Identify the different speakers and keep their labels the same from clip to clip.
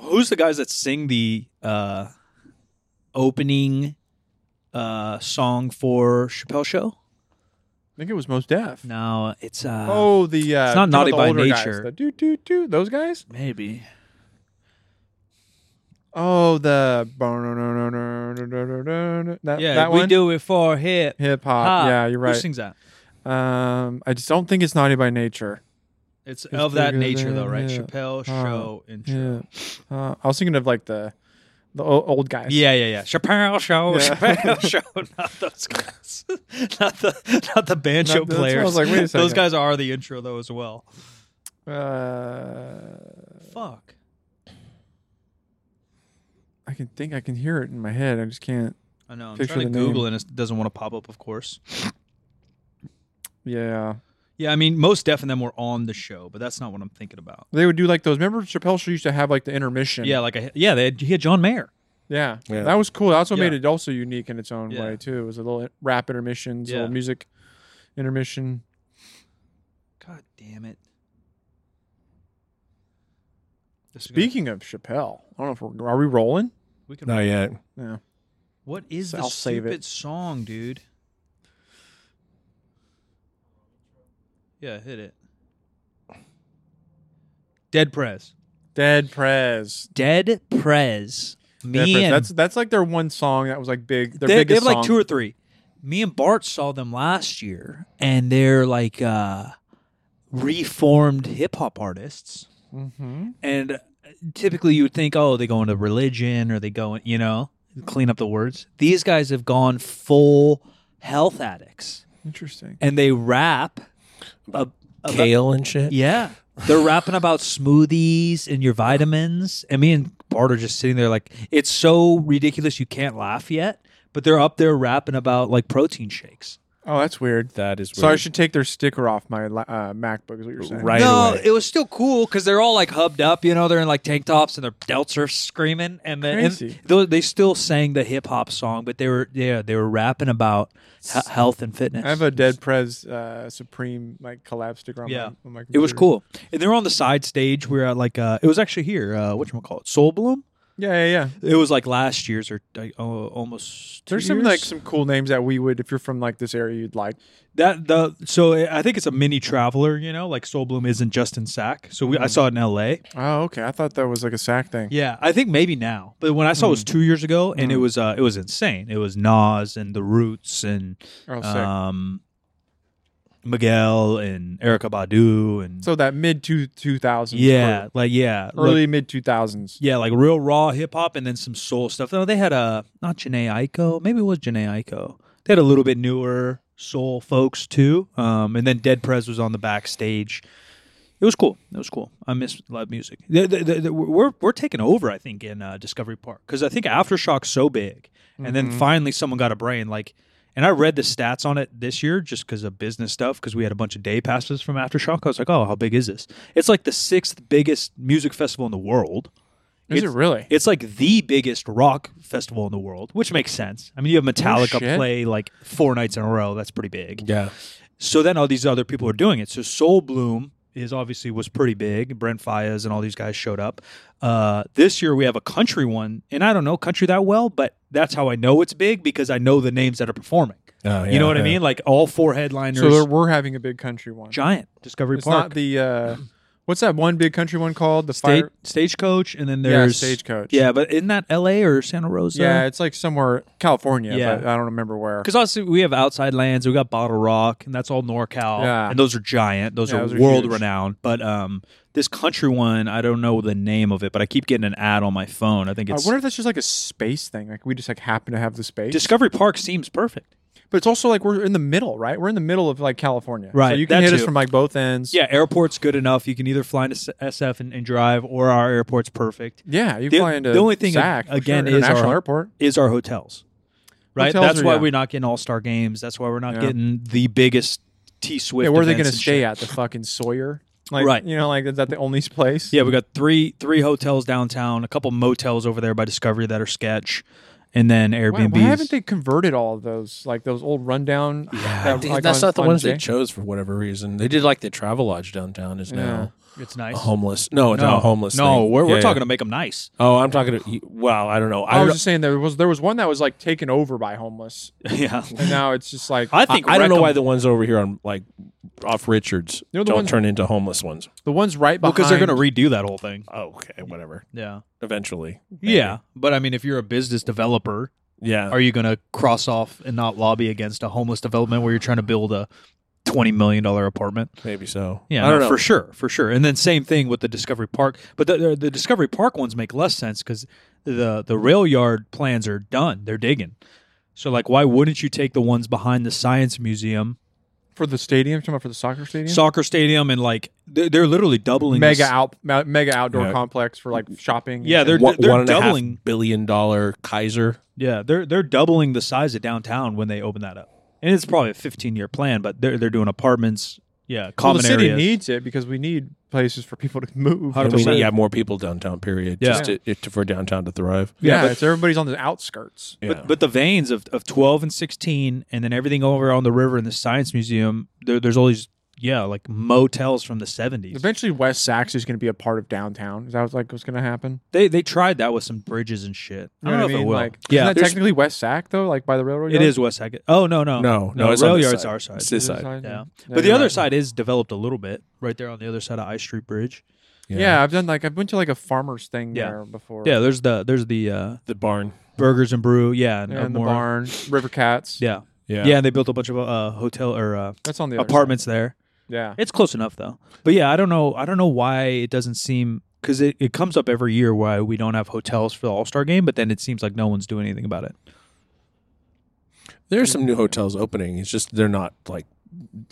Speaker 1: who's the guys that sing the uh, opening uh, song for Chappelle Show?
Speaker 2: I think it was Most Def.
Speaker 1: No, it's uh,
Speaker 2: oh, the uh,
Speaker 1: it's not
Speaker 2: you know,
Speaker 1: Naughty
Speaker 2: the
Speaker 1: by
Speaker 2: older guys,
Speaker 1: Nature.
Speaker 2: the do do do those guys.
Speaker 1: maybe
Speaker 2: Oh, the that
Speaker 1: yeah.
Speaker 2: that
Speaker 1: we
Speaker 2: one.
Speaker 1: do it for hip
Speaker 2: Hip
Speaker 1: hop.
Speaker 2: hop. Yeah, you're
Speaker 1: Who
Speaker 2: right.
Speaker 1: sings that?
Speaker 2: Um, I just don't think it's Naughty by Nature.
Speaker 1: It's
Speaker 2: It's
Speaker 1: of that
Speaker 2: bigger
Speaker 1: nature, though,
Speaker 2: than
Speaker 1: right?
Speaker 2: hip
Speaker 1: Chappelle
Speaker 2: hop.
Speaker 1: Show intro.
Speaker 2: Yeah, uh, I was thinking of like the the o- old guys.
Speaker 1: Yeah, yeah, yeah. Chappelle show,
Speaker 2: Yeah.
Speaker 1: Chappelle show, not those guys, not the not the banjo
Speaker 2: Not- that's what I
Speaker 1: players.
Speaker 2: was like, wait a
Speaker 1: Those
Speaker 2: second.
Speaker 1: guys are the intro though as well.
Speaker 2: Uh,
Speaker 1: Fuck.
Speaker 2: I can think I can hear it in my head. I just can't.
Speaker 1: I know. I'm
Speaker 2: Picture
Speaker 1: trying to
Speaker 2: the name.
Speaker 1: Google and it doesn't want to pop up. Of course.
Speaker 2: Yeah,
Speaker 1: Yeah, I mean, most Def and them were on the show, but that's not what I'm thinking about.
Speaker 2: they would do like those. Remember Chappelle Show used to have like the intermission.
Speaker 1: Yeah, like I, yeah, they had, he had John Mayer.
Speaker 2: yeah,
Speaker 3: Yeah.
Speaker 2: That was cool. That's what
Speaker 1: Yeah.
Speaker 2: made it also unique in its own
Speaker 1: Yeah.
Speaker 2: way too. It was a little rap intermissions, a
Speaker 1: Yeah.
Speaker 2: little music intermission.
Speaker 1: God damn it. This is gonna-
Speaker 2: Speaking of Chappelle, I don't know if we're are we rolling.
Speaker 1: we can,
Speaker 3: Not yet.
Speaker 2: Yeah.
Speaker 1: what is the
Speaker 2: I'll save
Speaker 1: stupid
Speaker 2: it.
Speaker 1: song, dude? Yeah, hit it. Dead Prez.
Speaker 2: Dead Prez.
Speaker 1: Dead Prez. Me
Speaker 2: Dead Prez.
Speaker 1: and
Speaker 2: That's that's like their one song that was like big. Their
Speaker 1: they, they
Speaker 2: biggest
Speaker 1: have like
Speaker 2: song.
Speaker 1: two or three. Me and Bart saw them last year, and they're like uh, reformed hip hop artists.
Speaker 2: Mm-hmm.
Speaker 1: And uh, typically, you would think, oh, they go into religion or they go, in, you know, clean up the words. These guys have gone full health addicts,
Speaker 2: Interesting.
Speaker 1: and they rap. ab- about-
Speaker 3: Kale and shit.
Speaker 1: yeah, they're rapping about smoothies and your vitamins. And me and Bart are just sitting there like it's so ridiculous you can't laugh yet. But they're up there rapping about like protein shakes.
Speaker 2: Oh, that's weird.
Speaker 3: That is weird.
Speaker 2: So I should take their sticker off my la- uh, MacBook. Is what you're saying?
Speaker 3: Right
Speaker 1: no,
Speaker 3: away.
Speaker 1: it was still cool because they're all like hubbed up, you know. They're in like tank tops and their delts are screaming, and, the, and
Speaker 2: Crazy.
Speaker 1: though they still sang the hip hop song, but they were yeah they were rapping about h- health and fitness.
Speaker 2: I have a Dead Prez uh, Supreme like collab sticker on
Speaker 1: Yeah.
Speaker 2: my on my computer.
Speaker 1: it was cool, and they were on the side stage. We were at like uh, it was actually here. Uh, what you call it? Soul Bloom.
Speaker 2: Yeah, yeah, yeah.
Speaker 1: It was like last year's or like, oh, almost. two
Speaker 2: There's some
Speaker 1: years?
Speaker 2: like some cool names that we would, if you're from like this area, you'd like.
Speaker 1: that the so I think it's a mini traveler. You know, like Soul Bloom isn't just in Sac. So
Speaker 2: Mm.
Speaker 1: we, I saw it in L.A.
Speaker 2: Oh, okay. I thought that was like a sack thing.
Speaker 1: Yeah, I think maybe now, but when I saw it
Speaker 2: Mm.
Speaker 1: was two years ago, and it was uh, it was insane. It was Nas and the Roots and
Speaker 2: Oh, sick.
Speaker 1: um, Miguel and Erica Badu and
Speaker 2: so that mid two two thousands.
Speaker 1: yeah, like yeah, like-
Speaker 2: Early mid two thousands.
Speaker 1: yeah, like real raw hip hop and then some soul stuff. No, they had a not Janae Aiko, maybe it was Janae Aiko. They had a little bit newer soul folks too. Um, and then Dead Prez was on the backstage. It was cool. It was cool. I miss live music. The- the- the- the- we're we're taking over, I think, in uh, Discovery Park because I think Aftershock's so big, and then finally someone got a brain like. And I read the stats on it this year just because of business stuff, because we had a bunch of day passes from Aftershock. I was like, oh, how big is this? It's like the sixth biggest music festival in the world.
Speaker 2: Is it
Speaker 1: It's-
Speaker 2: really?
Speaker 1: It's like the biggest rock festival in the world, which makes sense. I mean, you have Metallica
Speaker 2: shit.
Speaker 1: play like four nights in a row. That's pretty big.
Speaker 3: Yeah.
Speaker 1: So then all these other people are doing it. So Soul Bloom is obviously was pretty big. Brent Fayez and all these guys showed up. Uh, this year we have a country one, and I don't know country that well, but that's how I know it's big because I know the names that are performing.
Speaker 3: Oh,
Speaker 1: you
Speaker 3: yeah,
Speaker 1: know what I
Speaker 3: yeah.
Speaker 1: mean? Like all four headliners.
Speaker 2: So there, we're having a big country one.
Speaker 1: giant Discovery
Speaker 2: it's
Speaker 1: Park.
Speaker 2: not the uh, what's that one big country one called? The
Speaker 1: Sta-
Speaker 2: fire.
Speaker 1: stagecoach, and then
Speaker 2: Yeah,
Speaker 1: there's
Speaker 2: Stagecoach.
Speaker 1: Yeah, but isn't that L.A. or Santa Rosa?
Speaker 2: yeah, it's like somewhere California,
Speaker 1: Yeah.
Speaker 2: but I don't remember where.
Speaker 1: Because obviously we have outside lands, we got Bottle Rock, and that's all NorCal,
Speaker 2: Yeah.
Speaker 1: and those are giant, those
Speaker 2: Yeah,
Speaker 1: are
Speaker 2: those are
Speaker 1: world
Speaker 2: huge.
Speaker 1: renowned. But um, this country one, I don't know the name of it, but I keep getting an ad on my phone. I think
Speaker 2: I
Speaker 1: it's
Speaker 2: wonder if that's just like a space thing. Like we just like happen to have the space.
Speaker 1: Discovery Park seems perfect.
Speaker 2: But it's also like we're in the middle, right? We're in the middle of like California,
Speaker 1: Right,
Speaker 2: So you can
Speaker 1: that
Speaker 2: hit us
Speaker 1: too.
Speaker 2: from like both ends.
Speaker 1: Yeah, airport's good enough. You can either fly into S- SF and, and drive, or our airport's perfect.
Speaker 2: yeah. You
Speaker 1: The-
Speaker 2: fly into
Speaker 1: the only thing,
Speaker 2: Sac, for
Speaker 1: again,
Speaker 2: sure,
Speaker 1: is our-
Speaker 2: international airport.
Speaker 1: Is our hotels, right?
Speaker 2: Hotels
Speaker 1: that's
Speaker 2: are-
Speaker 1: why
Speaker 2: yeah.
Speaker 1: we're not getting All Star games. That's why we're not
Speaker 2: Yeah.
Speaker 1: getting the biggest T Swift.
Speaker 2: Yeah, where are they
Speaker 1: going
Speaker 2: going to
Speaker 1: to
Speaker 2: stay at? The fucking Sawyer, like,
Speaker 1: Right.
Speaker 2: You know, like is that the only place?
Speaker 1: Yeah, we got three three hotels downtown, a couple motels over there by Discovery that are sketch, and then
Speaker 2: Why,
Speaker 1: Airbnb.
Speaker 2: why haven't they converted all of those like those old rundown?
Speaker 3: Yeah,
Speaker 2: that-
Speaker 3: I-
Speaker 2: like
Speaker 3: that's
Speaker 2: on-
Speaker 3: not the
Speaker 2: on
Speaker 3: ones
Speaker 2: J-
Speaker 3: they chose for whatever reason. They did like the travel lodge downtown is now
Speaker 1: It's nice.
Speaker 3: a homeless. No, Oh, it's not a homeless.
Speaker 1: No,
Speaker 3: thing.
Speaker 1: we're,
Speaker 3: Yeah,
Speaker 1: we're
Speaker 3: yeah.
Speaker 1: talking to make them nice.
Speaker 3: Oh, I'm talking to. you- Well, I don't know.
Speaker 2: I
Speaker 3: don't
Speaker 2: was just saying there was there was one that was like taken over by homeless,
Speaker 1: yeah,
Speaker 2: and now it's just like
Speaker 1: I
Speaker 3: I,
Speaker 1: think
Speaker 3: I don't know
Speaker 1: Wreckham-
Speaker 3: why the ones over here on like off Richards
Speaker 2: They're the
Speaker 3: don't
Speaker 2: ones-
Speaker 3: turn into homeless ones.
Speaker 2: the ones right
Speaker 1: Well,
Speaker 2: behind.
Speaker 1: because they're going to redo that whole thing.
Speaker 3: Oh, okay, whatever.
Speaker 1: Yeah.
Speaker 3: Eventually,
Speaker 1: Yeah, but I mean, if you're a business developer,
Speaker 3: yeah.
Speaker 1: are you going to cross off and not lobby against a homeless development where you're trying to build a twenty million dollar apartment?
Speaker 3: Maybe so.
Speaker 1: Yeah,
Speaker 3: I don't
Speaker 1: no,
Speaker 3: know.
Speaker 1: for sure, for sure. And then same thing with the Discovery Park, but the the, the Discovery Park ones make less sense because the the rail yard plans are done; they're digging. So like, why wouldn't you take the ones behind the Science Museum,
Speaker 2: for the stadium. Talking about for the soccer stadium,
Speaker 1: soccer stadium, and like they're, they're literally doubling this-
Speaker 2: mega out ma- mega outdoor
Speaker 3: Yeah.
Speaker 2: complex for like shopping.
Speaker 1: Yeah, they're
Speaker 3: One-
Speaker 1: they're
Speaker 3: one and a half
Speaker 1: doubling.
Speaker 3: billion dollar Kaiser.
Speaker 1: Yeah, they're they're doubling the size of downtown when they open that up, and it's probably a 15 year plan. But they're they're doing apartments. Yeah,
Speaker 2: well,
Speaker 1: common
Speaker 2: the city
Speaker 1: areas.
Speaker 2: needs it because we need places for people to move.
Speaker 1: Hundred
Speaker 3: I mean,
Speaker 1: percent.
Speaker 3: yeah, more people downtown. Period.
Speaker 1: Yeah.
Speaker 3: Just to, it- for downtown to thrive.
Speaker 2: Yeah,
Speaker 1: Yeah, but-
Speaker 2: it's everybody's on the outskirts.
Speaker 3: Yeah.
Speaker 1: But but the veins of, of twelve and sixteen, and then everything over on the river in the science museum. There, there's all these yeah like motels from the seventies.
Speaker 2: Eventually, West Saks is going to be a part of downtown. Is that was like what's going to happen?
Speaker 1: They they tried that with some bridges and shit.
Speaker 2: You
Speaker 1: I don't know
Speaker 2: what
Speaker 1: if it will.
Speaker 2: Like,
Speaker 1: yeah,
Speaker 2: isn't that
Speaker 1: there's-
Speaker 2: technically West Sac though, like by the railroad.
Speaker 1: it
Speaker 2: yard?
Speaker 1: is West Hackett. Oh no no
Speaker 3: No, no, it's on
Speaker 1: rail
Speaker 3: this
Speaker 1: yards
Speaker 3: side.
Speaker 1: our side.
Speaker 3: It's this
Speaker 2: Is it
Speaker 3: side.
Speaker 1: Yeah.
Speaker 2: Yeah,
Speaker 1: but the
Speaker 2: you're
Speaker 1: other
Speaker 2: right.
Speaker 1: side is developed a little bit right there on the other side of I Street Bridge.
Speaker 2: Yeah. I've done like I've been to like a farmer's thing
Speaker 1: Yeah.
Speaker 2: there before.
Speaker 1: Yeah, there's the there's the uh,
Speaker 3: The barn.
Speaker 1: burgers and brew. Yeah, and,
Speaker 2: and,
Speaker 1: uh,
Speaker 2: the
Speaker 1: more-
Speaker 2: barn, River Cats.
Speaker 1: Yeah.
Speaker 3: Yeah.
Speaker 1: yeah, and they built a bunch of uh, hotel or uh,
Speaker 2: that's on the other
Speaker 1: apartments there.
Speaker 2: Side. Yeah,
Speaker 1: It's close enough though. But yeah, I don't know. I don't know why it doesn't seem because it, it comes up every year why we don't have hotels for the All Star game, but then it seems like no one's doing anything about it.
Speaker 3: There's some new hotels opening. It's just they're not like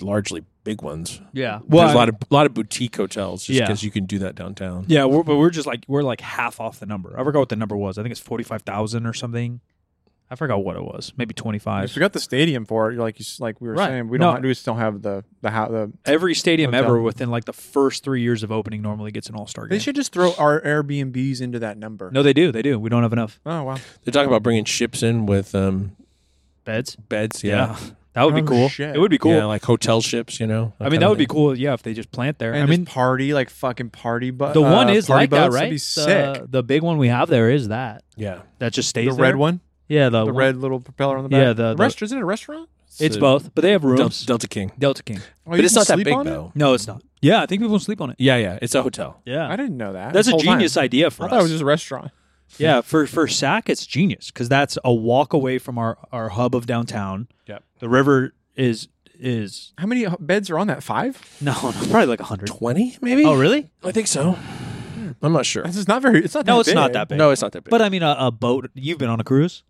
Speaker 3: largely big ones.
Speaker 1: Yeah,
Speaker 3: Well,
Speaker 1: well,
Speaker 3: There's a lot of a lot of boutique hotels just
Speaker 1: Yeah.
Speaker 3: because you can do that downtown.
Speaker 1: yeah, we're, but we're just like we're like half off the number. I forgot what the number was. I think it's forty five thousand or something. I forgot what it was. Maybe twenty
Speaker 2: if
Speaker 1: five.
Speaker 2: we got the stadium for it, you're like you s- like we were
Speaker 1: Right.
Speaker 2: saying, we
Speaker 1: No.
Speaker 2: don't have, we just don't have the the how the.
Speaker 1: Every stadium
Speaker 2: Hotel.
Speaker 1: ever within like the first three years of opening normally gets an All Star game.
Speaker 2: They should just throw our Airbnbs into that number.
Speaker 1: no, they do. They do. We don't have enough
Speaker 2: Oh wow,
Speaker 3: They're talking about bringing ships in with um,
Speaker 1: beds.
Speaker 3: beds. Yeah.
Speaker 1: That would be
Speaker 2: Oh,
Speaker 1: cool.
Speaker 2: shit.
Speaker 1: It would be cool.
Speaker 3: Yeah, like hotel ships. You know.
Speaker 1: I mean,
Speaker 3: kinda
Speaker 1: that would be
Speaker 3: thing.
Speaker 1: cool. Yeah, if they just plant there.
Speaker 2: and
Speaker 1: I mean,
Speaker 2: party like fucking Uh, party, but
Speaker 1: the one is like that, right?
Speaker 2: Be
Speaker 1: The-
Speaker 2: sick.
Speaker 1: The, big one we have there is that.
Speaker 3: Yeah.
Speaker 1: That just stays
Speaker 2: The
Speaker 1: there.
Speaker 2: red one,
Speaker 1: Yeah, the,
Speaker 2: the
Speaker 1: one-
Speaker 2: red little propeller on the back.
Speaker 1: Yeah, the-
Speaker 2: the,
Speaker 1: the-
Speaker 2: rest isn't it a restaurant?
Speaker 1: It's
Speaker 3: So-
Speaker 1: both, but they have rooms.
Speaker 3: Delta, Delta King.
Speaker 1: Delta King.
Speaker 2: Oh,
Speaker 3: But
Speaker 2: you
Speaker 3: it's
Speaker 2: can
Speaker 3: not that
Speaker 2: sleep
Speaker 3: big
Speaker 2: on it?
Speaker 3: though.
Speaker 1: No, it's not. Yeah, I think people sleep on it.
Speaker 3: Yeah, yeah. It's a hotel.
Speaker 2: I
Speaker 1: Yeah,
Speaker 2: didn't know that.
Speaker 1: that's a
Speaker 2: this whole time.
Speaker 1: genius idea for
Speaker 2: I
Speaker 1: us.
Speaker 2: thought it was just a restaurant.
Speaker 1: yeah, for for Sac, it's genius because that's a walk away from our our hub of downtown.
Speaker 3: Yep.
Speaker 1: The river is is
Speaker 2: How many h- beds are on that? Five?
Speaker 1: no, no probably like a hundred.
Speaker 3: Twenty, maybe.
Speaker 1: Oh, really?
Speaker 3: I think so. I'm not sure.
Speaker 2: This is not very. It's not.
Speaker 1: No,
Speaker 2: that
Speaker 1: it's not
Speaker 2: big.
Speaker 1: that big.
Speaker 3: No, it's not that big.
Speaker 1: But I mean, a, a boat. You've been on a cruise?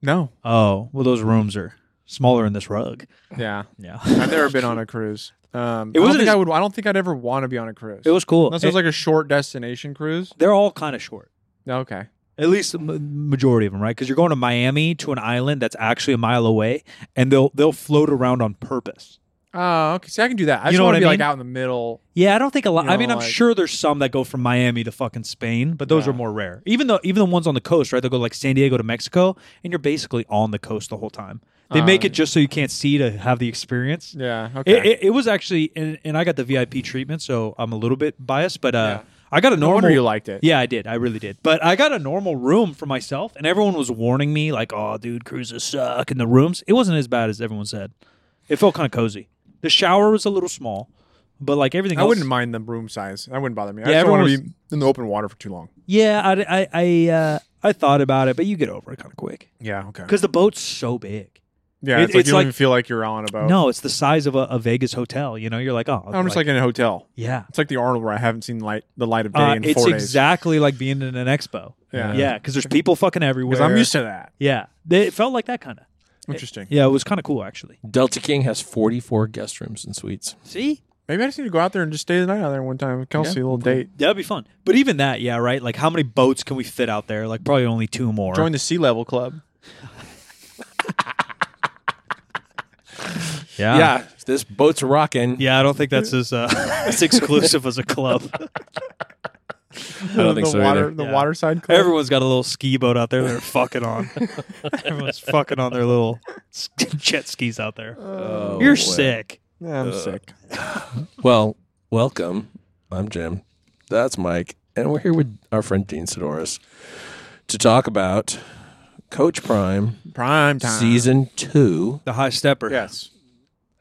Speaker 2: No.
Speaker 1: Oh, well, those rooms are smaller in this rug.
Speaker 2: Yeah,
Speaker 1: Yeah.
Speaker 2: I've never been on a cruise.
Speaker 1: It
Speaker 2: Um, I don't
Speaker 1: wasn't as-
Speaker 2: think I would. I don't think I'd ever want to be on a cruise.
Speaker 1: It was cool.
Speaker 2: Unless
Speaker 1: It-
Speaker 2: it was like a short destination cruise.
Speaker 1: they're all kind of short.
Speaker 2: Okay.
Speaker 1: At least the m- majority of them, right? Because you're going to Miami to an island that's actually a mile away, and they'll they'll float around on purpose.
Speaker 2: Oh, okay. See, I can do that. I
Speaker 1: You
Speaker 2: just
Speaker 1: know
Speaker 2: want
Speaker 1: what
Speaker 2: to be
Speaker 1: I
Speaker 2: like
Speaker 1: mean?
Speaker 2: out in the middle.
Speaker 1: Yeah, I don't think a lot.
Speaker 2: You
Speaker 1: I mean,
Speaker 2: know,
Speaker 1: I'm
Speaker 2: like-
Speaker 1: sure there's some that go from Miami to fucking Spain, but those
Speaker 2: Yeah.
Speaker 1: are more rare. Even though even the ones on the coast, right? They'll go like San Diego to Mexico, and you're basically on the coast the whole time. They make
Speaker 2: Uh,
Speaker 1: it just so you can't see to have the experience.
Speaker 2: Yeah. Okay.
Speaker 1: It, it, it was actually, and, and I got the VIP treatment, so I'm a little bit biased, but uh,
Speaker 2: Yeah.
Speaker 1: I got a
Speaker 2: no
Speaker 1: normal.
Speaker 2: wonder you liked it.
Speaker 1: Yeah, I did. I really did. But I got a normal room for myself, and everyone was warning me, like, oh, dude, cruises suck. And the rooms, it wasn't as bad as everyone said. It felt kind of cozy. The shower was a little small, but like everything
Speaker 2: I
Speaker 1: else.
Speaker 2: wouldn't mind the room size. That wouldn't bother me. I
Speaker 1: Yeah,
Speaker 2: just don't want to
Speaker 1: everyone
Speaker 2: be in the open water for too long.
Speaker 1: Yeah, I, I, I, uh, I thought about it, but you get over it kind of quick
Speaker 2: Yeah. Okay.
Speaker 1: because the boat's so big.
Speaker 2: Yeah.
Speaker 1: it-
Speaker 2: it's like
Speaker 1: it's
Speaker 2: you don't
Speaker 1: like-
Speaker 2: even feel like you're on a boat.
Speaker 1: No, it's the size of a, a Vegas hotel. You know, you're like, oh,
Speaker 2: I'm just like in a hotel.
Speaker 1: yeah.
Speaker 2: It's like the Arnold where I haven't seen light the light of day
Speaker 1: Uh,
Speaker 2: in
Speaker 1: it's
Speaker 2: four days.
Speaker 1: exactly like being in an expo.
Speaker 2: Yeah.
Speaker 1: yeah, because there's people fucking everywhere.
Speaker 2: Because I'm used to that.
Speaker 1: Yeah, they, it felt like that kind of.
Speaker 2: Interesting.
Speaker 1: Yeah, it was kind of cool actually.
Speaker 3: Delta King has 44 guest rooms and suites.
Speaker 1: See,
Speaker 2: Maybe I just need to go out there and just stay the night out there one time with Kelsey, a little date.
Speaker 1: That'd be fun. But even that, yeah, right? Like, how many boats can we fit out there? Like, probably only two more.
Speaker 2: Join the sea level club.
Speaker 1: yeah. yeah.
Speaker 3: yeah, this boat's rocking.
Speaker 1: I don't think that's as uh, as exclusive as a club.
Speaker 3: I don't think
Speaker 2: the
Speaker 3: so
Speaker 2: water,
Speaker 3: either.
Speaker 2: the
Speaker 1: Yeah.
Speaker 2: waterside club.
Speaker 1: Everyone's got a little ski boat out there they're fucking on. Everyone's fucking on their little s- jet skis out there.
Speaker 3: Oh,
Speaker 1: You're
Speaker 3: well.
Speaker 1: sick.
Speaker 2: Yeah, I'm
Speaker 3: Ugh.
Speaker 2: sick.
Speaker 3: Well, welcome. I'm Jim. That's Mike, and we're here with our friend Dean Sidoris to talk about Coach Prime
Speaker 2: Prime time
Speaker 3: season two.
Speaker 1: The high stepper.
Speaker 2: Yes,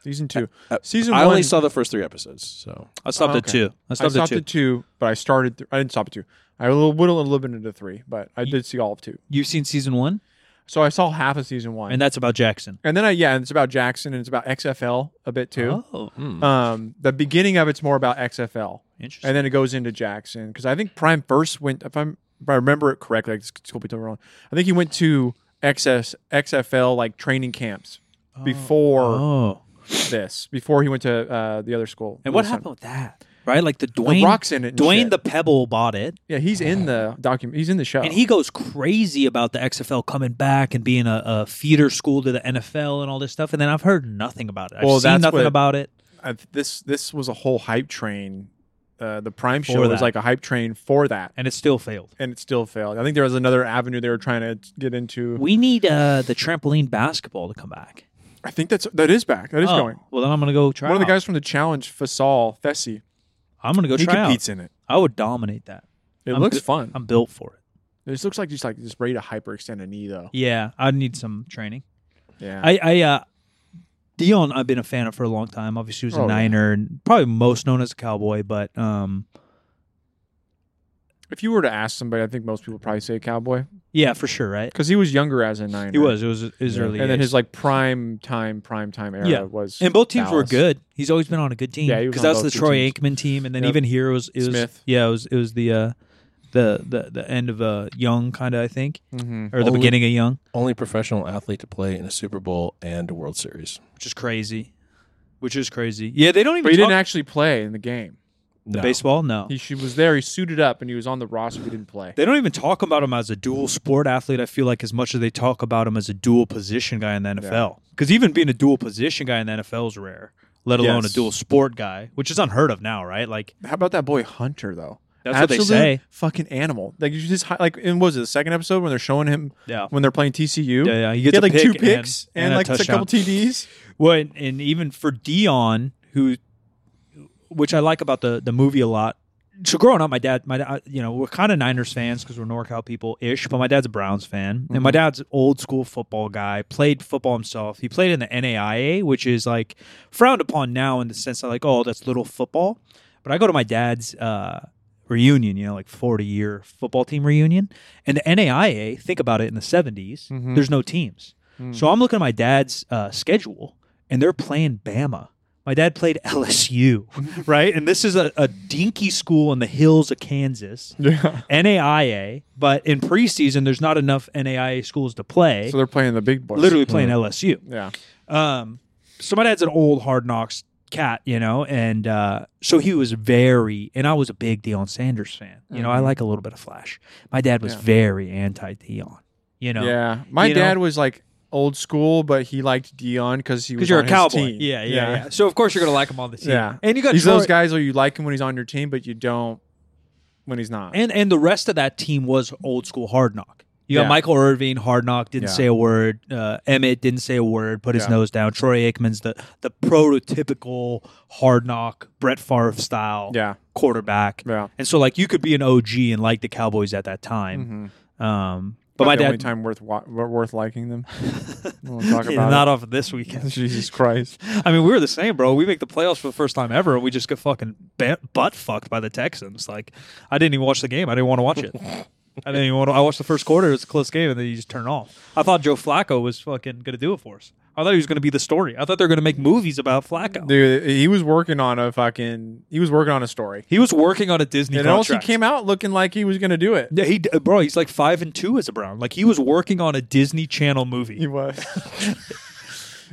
Speaker 2: season two.
Speaker 3: Uh,
Speaker 2: season
Speaker 3: I
Speaker 2: one.
Speaker 3: only saw the first three episodes, so
Speaker 1: I stopped
Speaker 2: Oh,
Speaker 1: at
Speaker 2: okay.
Speaker 1: two. I
Speaker 2: I
Speaker 1: stopped,
Speaker 2: stopped
Speaker 1: at two.
Speaker 2: at two, but I started. Th- I didn't stop at two. I little whittled a little bit into three, but I did see all of two.
Speaker 1: You've seen season one,
Speaker 2: So I saw half of season one,
Speaker 1: and
Speaker 2: and,
Speaker 1: that's about Jackson.
Speaker 2: then I yeah, and it's about Jackson and it's about XFL a bit too.
Speaker 1: Oh,
Speaker 2: Um, the beginning of it's more about XFL,
Speaker 1: interesting.
Speaker 2: and then it goes into Jackson because I think Prime first went if I'm if I remember it correctly. I just could be totally wrong. I think he went to XS XFL like training camps before
Speaker 1: Oh,
Speaker 2: this, before he went to uh, the other school.
Speaker 1: and what
Speaker 2: Wilson.
Speaker 1: happened with that? Right, like the
Speaker 2: The
Speaker 1: Dwayne.
Speaker 2: rocks in it. and
Speaker 1: Dwayne
Speaker 2: shit.
Speaker 1: the Pebble bought it,
Speaker 2: yeah, he's in the document. He's in the show.
Speaker 1: Oh. and he goes crazy about the XFL coming back and being a, a feeder school to the NFL and all this stuff. And then I've heard nothing about it. I've
Speaker 2: Well,
Speaker 1: seen
Speaker 2: that's
Speaker 1: nothing
Speaker 2: what-
Speaker 1: about it.
Speaker 2: I, this this was a whole hype train. Uh, the Prime
Speaker 1: For
Speaker 2: show was
Speaker 1: that.
Speaker 2: like a hype train for that,
Speaker 1: and it still failed.
Speaker 2: and it still failed. I think there was another avenue they were trying to get into.
Speaker 1: We need uh, the trampoline basketball to come back.
Speaker 2: I think that's that is back. That is
Speaker 1: Oh,
Speaker 2: going.
Speaker 1: Well, then I'm gonna go try.
Speaker 2: One of the
Speaker 1: out.
Speaker 2: guys from the challenge, Fasal Fessy,
Speaker 1: I'm gonna go
Speaker 2: he
Speaker 1: try out.
Speaker 2: competes in it.
Speaker 1: I would dominate that.
Speaker 2: It
Speaker 1: I'm
Speaker 2: looks
Speaker 1: bu-
Speaker 2: fun.
Speaker 1: I'm built for it.
Speaker 2: This looks like just like just ready to hyperextend a knee though.
Speaker 1: Yeah, I need some training.
Speaker 2: Yeah,
Speaker 1: I, I uh, Dion, I've been a fan of for a long time. Obviously, he was a
Speaker 2: Oh, yeah.
Speaker 1: Niner and probably most known as a Cowboy, but um,
Speaker 2: if you were to ask somebody, I think most people would probably say Cowboy
Speaker 1: yeah, for sure, right?
Speaker 2: because he was younger as a nine.
Speaker 1: He was. It was his
Speaker 3: Yeah.
Speaker 1: early.
Speaker 2: and then
Speaker 1: days.
Speaker 2: his like prime time, prime time era
Speaker 1: Yeah.
Speaker 2: was
Speaker 1: and both teams were
Speaker 2: Dallas.
Speaker 1: good. He's always been on a good team.
Speaker 2: Yeah, he was
Speaker 1: because
Speaker 2: on
Speaker 1: that's the
Speaker 2: both good
Speaker 1: Troy
Speaker 2: teams.
Speaker 1: Aikman team, and then
Speaker 2: Yep.
Speaker 1: even here it was it was
Speaker 2: Smith.
Speaker 1: yeah, it was it was the uh, the the the end of uh, Young kind of I think
Speaker 2: Mhm.
Speaker 1: or the
Speaker 3: Only-
Speaker 1: beginning of Young,
Speaker 3: only professional athlete to play in a Super Bowl and a World Series.
Speaker 1: which is crazy. Which is crazy. Yeah, they don't even
Speaker 2: But he
Speaker 1: talk
Speaker 2: didn't actually play in the game.
Speaker 3: The
Speaker 1: baseball. No,
Speaker 2: He she was there. He suited up and he was on the roster. He didn't play.
Speaker 1: They don't even talk about him as a dual sport athlete. I feel like as much as they talk about him as a dual position guy in the NFL, because even being a dual position guy in the NFL is rare, let alone
Speaker 2: Yes.
Speaker 1: a dual sport guy, which is unheard of now, right? Like
Speaker 2: How about that boy Hunter though?
Speaker 1: that's what they
Speaker 2: Absolute
Speaker 1: say.
Speaker 2: Fucking animal. Like you just hi- like in what was it the second episode when they're showing him
Speaker 1: Yeah,
Speaker 2: when they're playing TCU?
Speaker 1: yeah, yeah. You
Speaker 2: He
Speaker 1: get
Speaker 2: had like two
Speaker 1: pick
Speaker 2: picks
Speaker 1: and,
Speaker 2: and,
Speaker 1: a
Speaker 2: like a
Speaker 1: touchdown.
Speaker 2: couple TDs.
Speaker 1: Well, and, and even for Dion, who, which I like about the the movie a lot. So growing up, my dad, my da- you know, we're kind of Niners fans because we're NorCal people ish, but my dad's a Browns fan, and my dad's an old school football guy. Played football himself. He played in the NAIA, which is like frowned upon now in the sense of like, oh, that's little football. But I go to my dad's uh, reunion, you know, like forty year football team reunion, and the NAIA. Think about it in the 70s
Speaker 2: Mhm.
Speaker 1: There's no teams, so I'm looking at my dad's uh, schedule, and they're playing Bama. My dad played LSU, right? And this is a, a dinky school in the hills of Kansas,
Speaker 2: Yeah.
Speaker 1: NAIA. But in preseason, there's not enough NAIA schools to play.
Speaker 2: So they're playing the big boys.
Speaker 1: literally playing LSU.
Speaker 2: Yeah.
Speaker 1: Um, so my dad's an old hard knocks cat, you know, and uh, so he was very, and I was a big Deion Sanders fan. You know, I like a little bit of flash. My dad was
Speaker 2: Mm-hmm. Yeah.
Speaker 1: very anti Deion. You know,
Speaker 2: Yeah. My
Speaker 1: You know?
Speaker 2: dad was like old school, but he liked Dion because he was
Speaker 1: because you're
Speaker 2: on
Speaker 1: a
Speaker 2: his
Speaker 1: cowboy.
Speaker 2: team.
Speaker 1: Yeah, yeah, yeah, So of course you're gonna like him on the team.
Speaker 2: Yeah.
Speaker 1: and you got
Speaker 2: He's
Speaker 1: Troy-
Speaker 2: those guys where you like him when he's on your team, but you don't when he's not.
Speaker 1: And and the rest of that team was old school hard knock. You got
Speaker 2: Yeah.
Speaker 1: Michael Irving, hard knock, didn't
Speaker 2: Yeah.
Speaker 1: say a word. Uh, Emmett didn't say a word, put his
Speaker 2: Yeah.
Speaker 1: nose down. Troy Aikman's the the prototypical hard knock, Brett Favre style
Speaker 2: yeah.
Speaker 1: quarterback.
Speaker 2: Yeah.
Speaker 1: And so like you could be an OG and like the Cowboys at that time.
Speaker 2: Mm-hmm.
Speaker 1: Um, but my
Speaker 2: the only
Speaker 1: dad
Speaker 2: time worth wa- worth liking them. We won't talk
Speaker 1: Yeah,
Speaker 2: about
Speaker 1: not off of this weekend.
Speaker 2: it. Jesus Christ.
Speaker 1: I mean, we were the same, bro. We make the playoffs for the first time ever, and we just get fucking ba- butt fucked by the Texans. Like, I didn't even watch the game. I didn't want to watch it. I didn't even want to. I watched the first quarter. It was a close game, and then you just turn it off. I thought Joe Flacco was fucking gonna do it for us. I thought he was gonna be the story. I thought they were gonna make movies about Flacco.
Speaker 2: Dude, he was working on a fucking he was working on a story.
Speaker 1: He was working on a Disney.
Speaker 2: And it also
Speaker 1: contract.
Speaker 2: came out looking like he was going to do it.
Speaker 1: Yeah, he d- bro. He's like five and two as a Brown. Like he was working on a Disney Channel movie.
Speaker 2: He was.